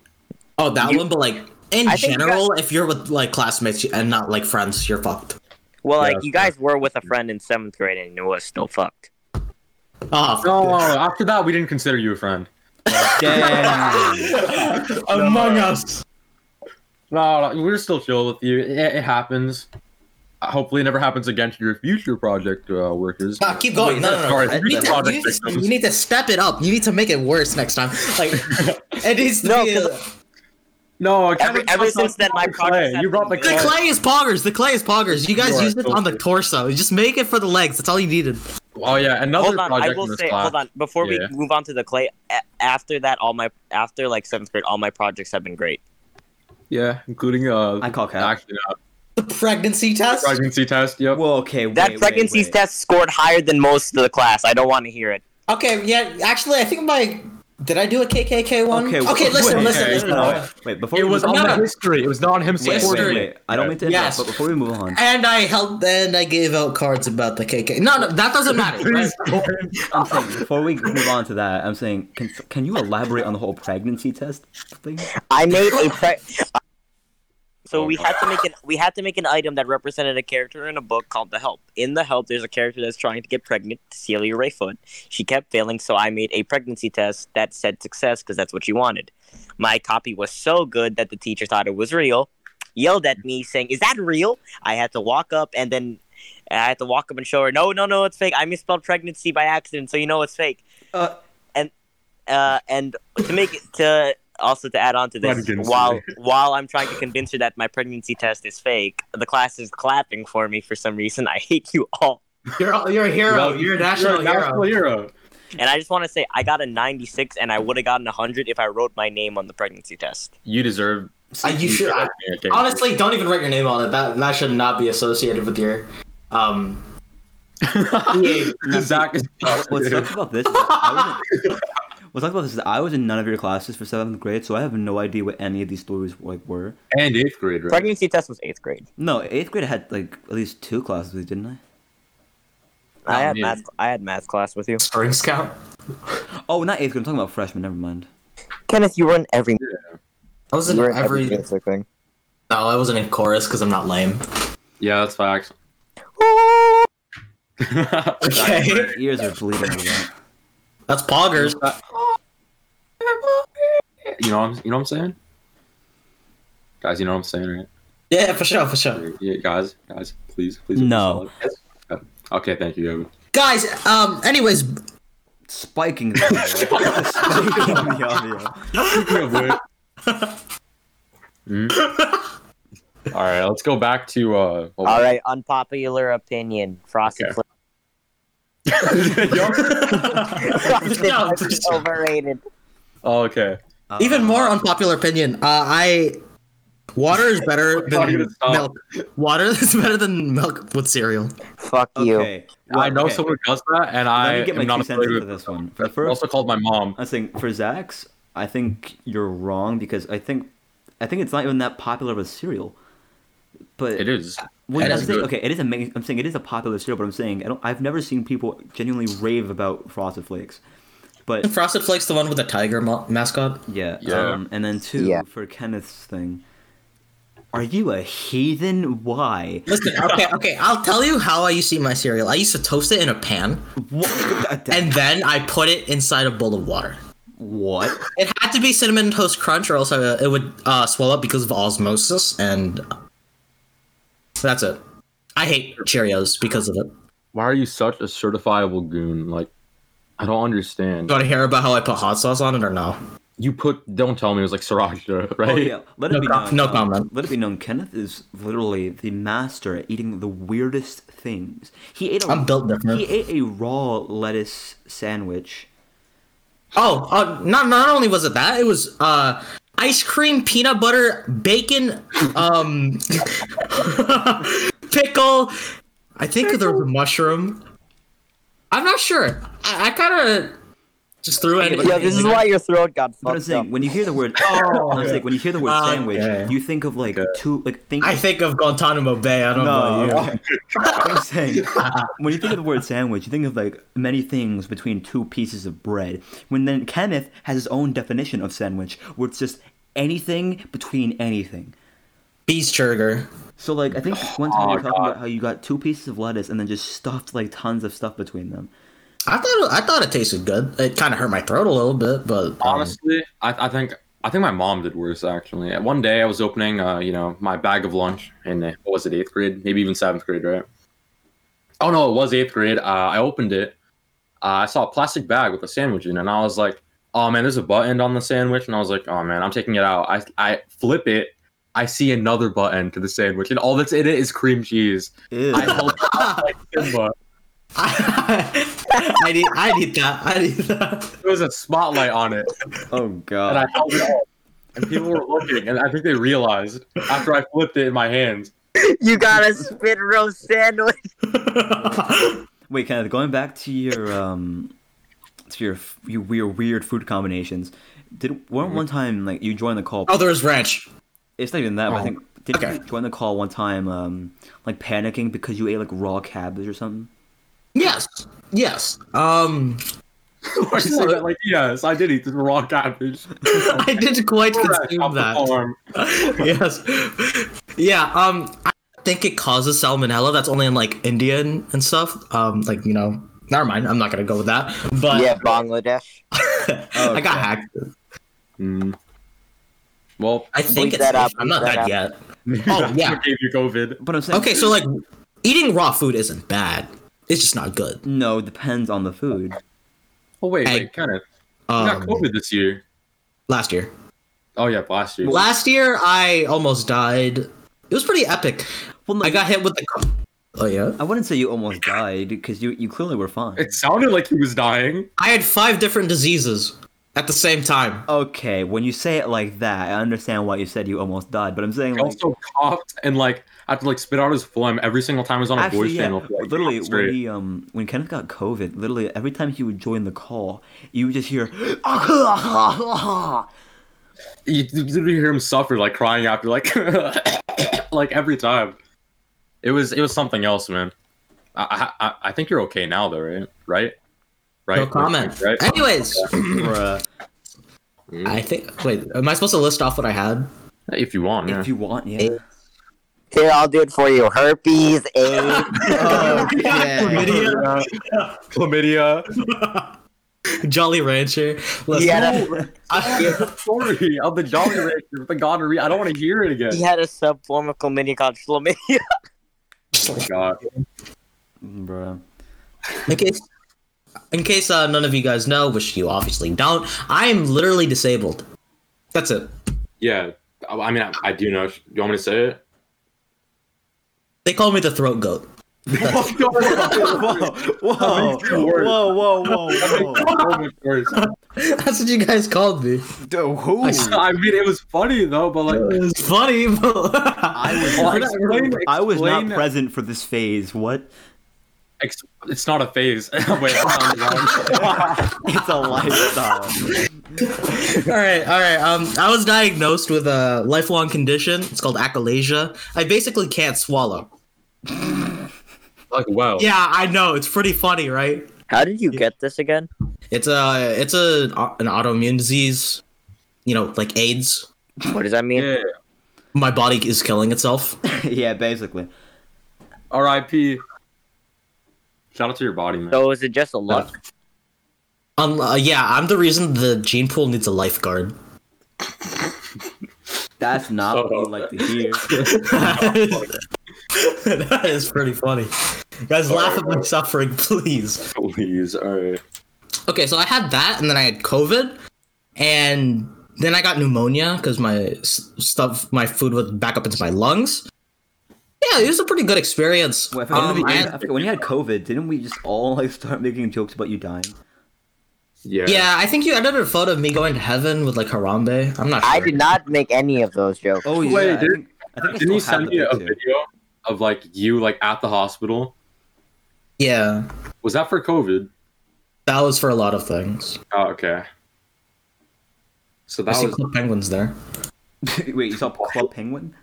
S4: Oh, that
S5: You-
S4: one, but like in
S5: I think you
S4: general, if you're with like classmates and not like friends, you're fucked.
S5: Well,
S2: Yeah,
S5: like you
S2: that's
S5: guys were with a friend in seventh grade, and it was still fucked.
S4: Oh,
S2: No, after that we didn't consider you a friend.
S1: <laughs> damn.
S4: Among Us.
S2: No, no, we were still chill with you. It, it happens. Uh, Hopefully, it never happens again to your future project uh, workers.
S4: Nah, Ah, keep going. No, no, no.
S2: Sorry,
S4: You need, to,
S2: project
S4: you, need to,
S2: victims.
S4: you need to step it up. You need to make it worse next time.
S2: <laughs>
S4: Like it needs to
S5: No,
S4: be. A,
S5: 'cause-
S2: No, Kevin,
S5: Ever- ever
S2: that's not
S5: since then, my
S2: the
S5: projects
S2: clay. You brought the
S5: have
S4: the
S2: clay.
S5: been
S4: clay is poggers. The clay is poggers. You
S2: You
S4: guys
S2: are
S4: used it
S2: so
S4: on the
S2: good.
S4: torso. Just make it for the legs. That's all you needed.
S2: Oh yeah, another
S5: hold on, I
S2: project
S5: will
S2: in this
S5: say,
S2: class.
S5: hold on, before
S2: Yeah.
S5: we move on to the clay. A- after that, all my after like seventh grade, all my projects have been great.
S2: Yeah, including uh,
S1: I call cat.
S2: actually uh,
S4: The pregnancy test.
S2: pregnancy test. Yep.
S1: Well, okay. Wait,
S5: That
S1: wait,
S5: pregnancy
S1: wait.
S5: test scored higher than most of the class. I don't want to hear it.
S4: Okay, yeah. Actually, I think my did I do a KKK one? Okay,
S1: wait,
S4: listen,
S1: wait,
S4: listen,
S2: okay.
S4: listen.
S1: no, no, Wait, before
S2: it
S1: we
S2: was
S1: move
S2: on
S4: No,
S2: the
S4: no.
S2: history. It was not him
S1: Wait, wait,
S4: history.
S1: wait,
S2: supporting.
S1: wait. I don't mean to interrupt,
S4: Yes.
S1: but before we move on,
S4: And I helped, and I gave out cards about the KKK. No, no, that doesn't matter.
S2: Please don't.
S1: I'm saying before we move on to that, I'm saying can, can you elaborate on the whole pregnancy test thing?
S5: I made a pre- So
S2: Oh,
S5: we
S2: no.
S5: had to make an we had to make an item that represented a character in a book called The Help. In The Help, there's a character that's trying to get pregnant, Celia Rayfoot. She kept failing, so I made a pregnancy test that said success because that's what she wanted. My copy was so good that the teacher thought it was real, yelled at me saying, "Is that real?" I had to walk up and then I had to walk up and show her, "No, no, no, it's fake. I misspelled pregnancy by accident, so you know it's fake."
S1: Uh,
S5: and uh, and to make it to also to add on to this,
S2: Pregnancy.
S5: while while I'm trying to convince her that my pregnancy test is fake, the class is clapping for me for some reason. I hate you all.
S4: You're you're a hero. You're a national
S2: national
S4: hero.
S2: hero.
S5: And I just want to say I got a 96 and I would have gotten a 100 if I wrote my name on the pregnancy test.
S2: You deserve.
S4: Uh, you should. I,
S2: Okay. <laughs>
S4: honestly, don't even write your name on it. That that should not be associated with your. Um,
S2: Zach is. <laughs>
S4: Oh,
S1: What sucks about this? Is that I wasn't, We'll talk about this. I was in none of your classes for seventh grade, so I have no idea what any of these stories like were.
S2: and eighth grade, right?
S5: Pregnancy test was eighth grade.
S1: No, eighth grade I had like at least two classes, with, didn't I?
S5: I
S2: Oh,
S5: had
S2: man.
S5: math. I had math class with you,
S4: Spring Scout.
S1: Oh, not eighth grade. I'm talking about freshman. Never mind.
S5: Kenneth. You were in every.
S4: I was
S5: You
S4: in
S5: were in
S4: every.
S5: every music
S2: <laughs>
S5: thing.
S4: No, I wasn't in chorus because I'm not lame.
S2: Yeah, that's facts. <laughs>
S4: Okay,
S1: Ears are bleeding. over that.
S4: <laughs> that's poggers.
S2: You know, what I'm, you know what I'm saying, guys. You know what I'm saying, right?
S4: Yeah, for sure, for sure.
S2: Yeah, guys, guys, please, please.
S1: No.
S2: Okay, thank you, <laughs> Evan.
S4: Guys, um, <laughs> anyways,
S1: Spiking the
S2: <laughs>
S1: audio. Spiking the audio.
S2: Hmm? All right, let's go back to. Uh, what
S5: All
S2: was-
S5: right, unpopular opinion.
S2: <laughs>
S5: Frosted
S2: Okay.
S5: Flakes.
S2: <laughs>
S5: Frosted
S4: No,
S5: Flakes is
S4: just-
S5: overrated.
S2: Oh, okay.
S1: Uh,
S4: even more unpopular opinion. Uh, I water is better
S2: Thought you
S4: than
S2: would stop.
S4: milk. Water is better than milk with cereal.
S5: Fuck you.
S1: Okay. Well,
S2: I know
S1: okay.
S2: someone does that, and I
S1: Let me get my
S2: am not
S1: two cents
S2: afraid
S1: for
S2: with
S1: this
S2: this.
S1: one. For the
S2: I
S1: first,
S2: also called my mom.
S1: I think for Zach's, I think you're wrong because I think, I think it's not even that popular of a cereal. But
S2: It is.
S1: Well,
S4: That
S1: I'm
S4: is
S1: saying,
S2: good.
S1: okay, it is amazing. I'm saying it is a popular cereal, but I'm saying I don't. I've never seen people genuinely rave about Frosted Flakes. But
S4: Frosted Flakes, the one with the tiger mo- mascot.
S1: yeah,
S2: Yeah.
S1: Um, and then two
S5: Yeah.
S1: for Kenneth's thing. Are you a heathen? Why?
S4: Listen, okay, okay. I'll tell you how I used to eat my cereal. I used to toast it in a pan, <laughs>
S1: What?
S4: and then I put it inside a bowl of water. <laughs>
S1: what?
S4: It had to be cinnamon toast crunch, or else I, it would uh, swell up because of osmosis, and that's it. I hate Cheerios because of it.
S2: Why are you such a certifiable goon? Like, I don't understand.
S4: You want to hear about how I put hot sauce on it or no?
S2: You put. Don't tell me it was like sriracha, <laughs> right?
S1: Oh yeah, let it
S4: No
S1: be
S4: com-
S1: known.
S4: no
S1: um,
S4: comment.
S1: Let it be known. Kenneth is literally the master at eating the weirdest things. He ate. A,
S4: I'm built different.
S1: He ate a raw lettuce sandwich.
S4: Oh, uh, not not only was it that, it was uh, ice cream, peanut butter, bacon, um, <laughs> pickle. I think there was a mushroom. I'm not sure. I, I kind of just threw it.
S5: Yeah, this is why your throat got
S1: But I'm
S5: fucked up.
S1: saying when you hear the
S4: <laughs>
S1: word oh, I'm saying when you hear the word
S4: Okay.
S1: sandwich, you think of like two like think.
S4: I think of Guantanamo Bay. I don't know. about you.
S1: okay. I'm saying when you think of the word sandwich, you think of like many things between two pieces of bread. When then Kenneth has his own definition of sandwich, where it's just anything between anything.
S4: Beast burger.
S1: So like I think one time you were
S2: Oh,
S1: talking
S2: God.
S1: about how you got two pieces of lettuce and then just stuffed like tons of stuff between them.
S4: I thought it, I thought it tasted good. It kind of hurt my throat a little bit, but um, honestly,
S2: Honestly, I, I think I think my mom did worse actually. One day I was opening, uh, you know, my bag of lunch in uh, what was it, eighth grade, maybe even seventh grade, right? Oh no, it was eighth grade. Uh, I opened it. Uh, I saw a plastic bag with a sandwich in, it, and I was like, "Oh man, there's a button on the sandwich," and I was like, "Oh man, I'm taking it out." I I flip it. I see another button to the sandwich, and all that's in it is cream cheese.
S1: Ew.
S2: I held it up like Simba.
S4: <laughs> I, I need I need that. I need that.
S2: There was a spotlight on it.
S1: oh
S2: <laughs> and I
S1: god.
S2: held it up. And people were looking, and I think they realized after I flipped it in my hands.
S5: <laughs> you got a spit roast sandwich.
S1: Wait, Kenneth, going back to your um to your f- your weird weird food combinations. Did
S2: Mm-hmm.
S1: one one time like you joined the call?
S4: <laughs> Oh, there was ranch.
S1: It's not even that. but I
S2: Oh,
S1: think did
S4: okay.
S1: you join the call one time, um, like panicking because you ate like raw cabbage or something?
S4: Yes. Yes. Um, <laughs>
S2: I said that, like, yes, I did eat the raw cabbage.
S4: I didn't quite
S2: Off
S4: consume
S2: the
S4: that.
S2: farm.
S4: <laughs> yes. Yeah. Um, I think it causes salmonella. That's only in like India and, and stuff. Um, like you know, never mind. I'm not gonna go with that. But
S5: Yeah, Bangladesh.
S4: <laughs> I got hacked.
S2: Mm. Well,
S4: I think
S5: Bleep
S4: it's.
S5: that out,
S4: I'm not
S5: bleep that
S4: that
S5: out.
S4: yet.
S2: <laughs> that's
S4: yeah.
S2: what gave you COVID.
S1: But I'm saying
S4: Okay, so like eating raw food isn't bad. It's just not good.
S1: no, it depends on the food.
S2: Oh wait,
S4: Hey.
S2: wait, kind of. You got
S4: Um,
S2: COVID this year.
S4: last year.
S2: Oh yeah, last year.
S4: Last year, I almost died. It was pretty epic.
S1: Well, no,
S4: I got hit with the. co- Oh yeah.
S1: I wouldn't say you almost died because you you clearly were fine.
S2: It sounded like he was dying.
S4: I had five different diseases at the same time.
S1: Okay, when you say it like that, I understand why you said you almost died. But I'm saying
S2: I
S1: like,
S2: also coughed and like I had to like spit out his phlegm every single time I was on a
S1: Actually,
S2: voice
S1: yeah.
S2: channel. for, like,
S1: literally, when
S2: straight.
S1: he, um, when Kenneth got COVID, literally every time he would join the call, you would just hear, "Ah,
S2: you you literally hear him suffer, like crying after, like, <coughs> like every time. It was it was something else, man. I I, I- I think you're okay now, though, right? Right? Right?
S4: No comment.
S2: Right? <laughs>
S4: Anyways,
S1: Bruh.
S4: I think. Wait, am I supposed to list off what I had?
S2: If you want, yeah.
S1: If you want, yeah.
S5: Here, I'll do it for you. Herpes, AIDS.
S4: Oh,
S5: Oh,
S2: <laughs>
S4: <laughs> Chlamydia,
S2: Chlamydia. Chlamydia.
S4: Jolly Rancher. Let's
S5: he, had
S4: go.
S5: a,
S2: I'm sorry. I'm <laughs> the Jolly Rancher, the gonorrhea. I don't want to hear it again.
S5: <laughs> he had a subform of chlamydia called chlamydia.
S2: Oh my
S1: <laughs>
S2: God.
S1: Bruh.
S4: <laughs> In case, in case uh, none of you guys know, which you obviously don't, I am literally disabled. That's it.
S2: Yeah. I- I mean, I, I do know. Do you want me to say it?
S4: They call me the throat goat.
S2: <laughs>
S4: <laughs>
S2: Oh
S1: Whoa, whoa,
S2: makes it worse.
S1: whoa, whoa, whoa, whoa.
S4: That's what you guys called me.
S1: Dude, who?
S2: I mean, it was funny though, but like, oh,
S4: It was funny, but
S1: I
S4: <laughs>
S1: was
S2: Well,
S1: not,
S2: explain-
S1: I was not
S2: explain-
S1: present for this phase. <laughs> What?
S2: ex- it's not a phase. <laughs> Wait, that sounds
S1: <laughs>
S2: wrong.
S1: It's a lifestyle. <laughs>
S4: all right, all right. Um, I was diagnosed with a lifelong condition. It's called achalasia. I basically can't swallow.
S2: like, wow.
S4: Yeah, I know. It's pretty funny, right?
S5: How did you get this again?
S4: It's a it's a an autoimmune disease. You know, like AIDS.
S5: What does that mean?
S2: Yeah.
S4: My body is killing itself.
S1: yeah, basically.
S2: R.I.P. Shout out to your body, man.
S5: So is it just a luck?
S4: Um, uh, yeah, I'm the reason the gene pool needs a lifeguard. <laughs>
S1: That's not what
S2: So-
S1: you like to <laughs> hear.
S4: that is pretty funny. Guys, laugh at my suffering, <laughs> please.
S2: Please, alright.
S4: Okay, so I had that, and then I had COVID, and then I got pneumonia because my s- stuff, my food was back up into my lungs. Yeah, it was a pretty good experience.
S1: Wait, I forgot in the
S4: Um, I
S1: beginning-
S4: had-
S1: I forgot- when you had COVID, didn't we just all like start making jokes about you dying?
S2: Yeah.
S4: yeah, I think you edited a photo of me going to heaven with like Harambe. I'm not sure.
S5: I did not make any of those jokes.
S1: Oh
S2: Wait,
S1: yeah, I
S2: did-
S1: think I, think I
S2: Didn't
S1: still
S2: you send
S1: have
S2: me a
S1: the picture.
S2: video of like you like at the hospital?
S4: Yeah,
S2: Was that for COVID?
S4: that was for a lot of things.
S2: Oh, okay. So that
S4: I see
S2: was
S4: Club Penguins there.
S1: Wait, you saw Club Penguin?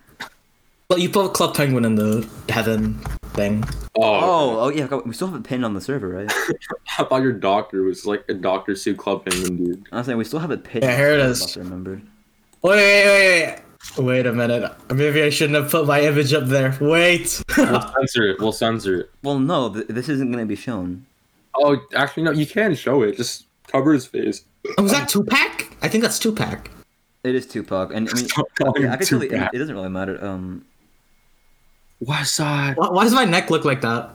S4: But you put Club Penguin in the heaven thing.
S2: oh,
S1: Oh, oh yeah, I forgot- we still have it pinned on the server, right?
S2: <laughs> I thought your doctor was like a Doctor Sue Club Penguin dude.
S1: I was saying we still have it pinned.
S4: Yeah,
S1: on
S4: here it
S1: the
S4: is.
S1: server, I remember.
S4: Wait, wait, wait. Wait a minute. Maybe I shouldn't have put my image up there. Wait. <laughs>
S2: We'll censor it. We'll censor it.
S1: Well, no, th- this isn't gonna be shown.
S2: Oh, actually, no. You can show it. Just cover his face.
S4: was that Tupac? I think that's Tupac.
S1: It is Tupac, and I
S2: <laughs>
S1: mean,
S2: Stop
S1: yeah, I
S2: calling
S1: can tell it,
S2: Tupac.
S1: it doesn't really matter. Um,
S2: What's that?
S4: Why, why does my neck look like that?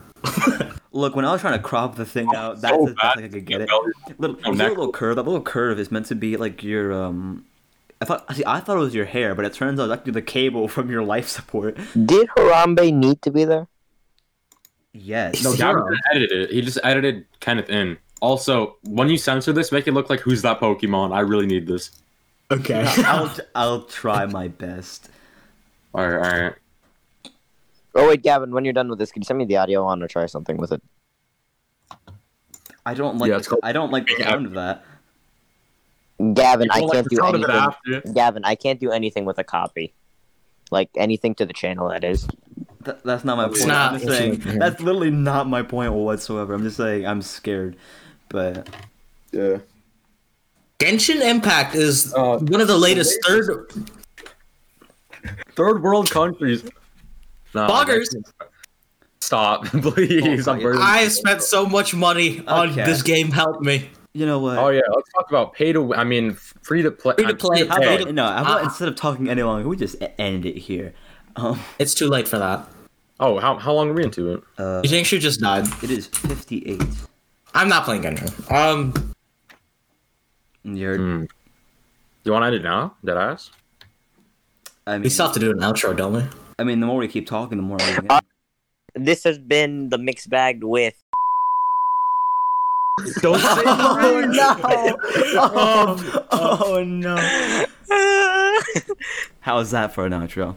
S1: look, when I was trying to crop the thing out, that's
S2: so
S1: the best
S2: bad.
S1: thing I could get it.
S2: Belly-
S1: Little,
S2: Oh,
S1: you see that
S2: neck-
S1: little curve. That little curve is meant to be like your um. I thought see, I thought it was your hair, but it turns out it's actually the cable from your life support.
S5: Did Harambe need to be there?
S1: Yes.
S2: No,
S1: No,
S2: Gavin
S4: Zero.
S2: didn't edit it. He just edited Kenneth in. Also, when you censor this, make it look like who's that Pokemon? I really need this.
S4: Okay.
S1: <laughs> I'll I'll try my best.
S2: All right, all right.
S5: Oh wait, Gavin, when you're done with this, can you send me the audio? I want to try something with it.
S1: I don't like.
S2: Yeah,
S1: the,
S2: it's called-
S1: I don't like the sound of that.
S5: Gavin, I
S2: People like
S5: can't
S2: the
S5: do
S2: sound of it
S5: anything.
S2: after.
S5: Gavin, I can't do anything with a copy. Like anything to the channel, that is.
S1: Th- that's not my point.
S4: not
S1: I'm just
S4: what you
S1: saying
S4: would hear.
S1: that's literally not my point whatsoever. I'm just saying I'm scared. But
S4: <laughs> Genshin Impact is
S2: Uh,
S4: one of the latest third.
S2: Third world countries. Nah,
S4: Boggers.
S2: man. Stop, <laughs> please.
S1: Oh,
S2: I'm
S1: yeah.
S2: burning.
S4: I spent so much money on
S1: Okay.
S4: this game. Help me.
S1: you know what?
S2: Oh yeah, let's talk about pay to. I mean, free to play.
S4: Free to
S2: I'm-
S4: play,
S1: How
S4: Hey.
S1: about, no, how about
S4: Uh,
S1: instead of talking any longer, we just e- end it here. Um,
S4: It's too late for that.
S2: Oh, how how long are we into it?
S1: uh,
S4: You think she just died?
S1: it is 58.
S4: I'm not playing Genshin. Um,
S1: You're,
S2: Hmm. You want to end it now? Dead ass.
S1: I mean,
S4: we still have to do an outro, don't we? <laughs>
S1: I mean, the more we keep talking, the more. I think-
S5: This has been the mixed bagged
S2: <laughs>
S5: with.
S2: Don't say
S1: oh no! <laughs> Oh, oh no! How's that for an outro?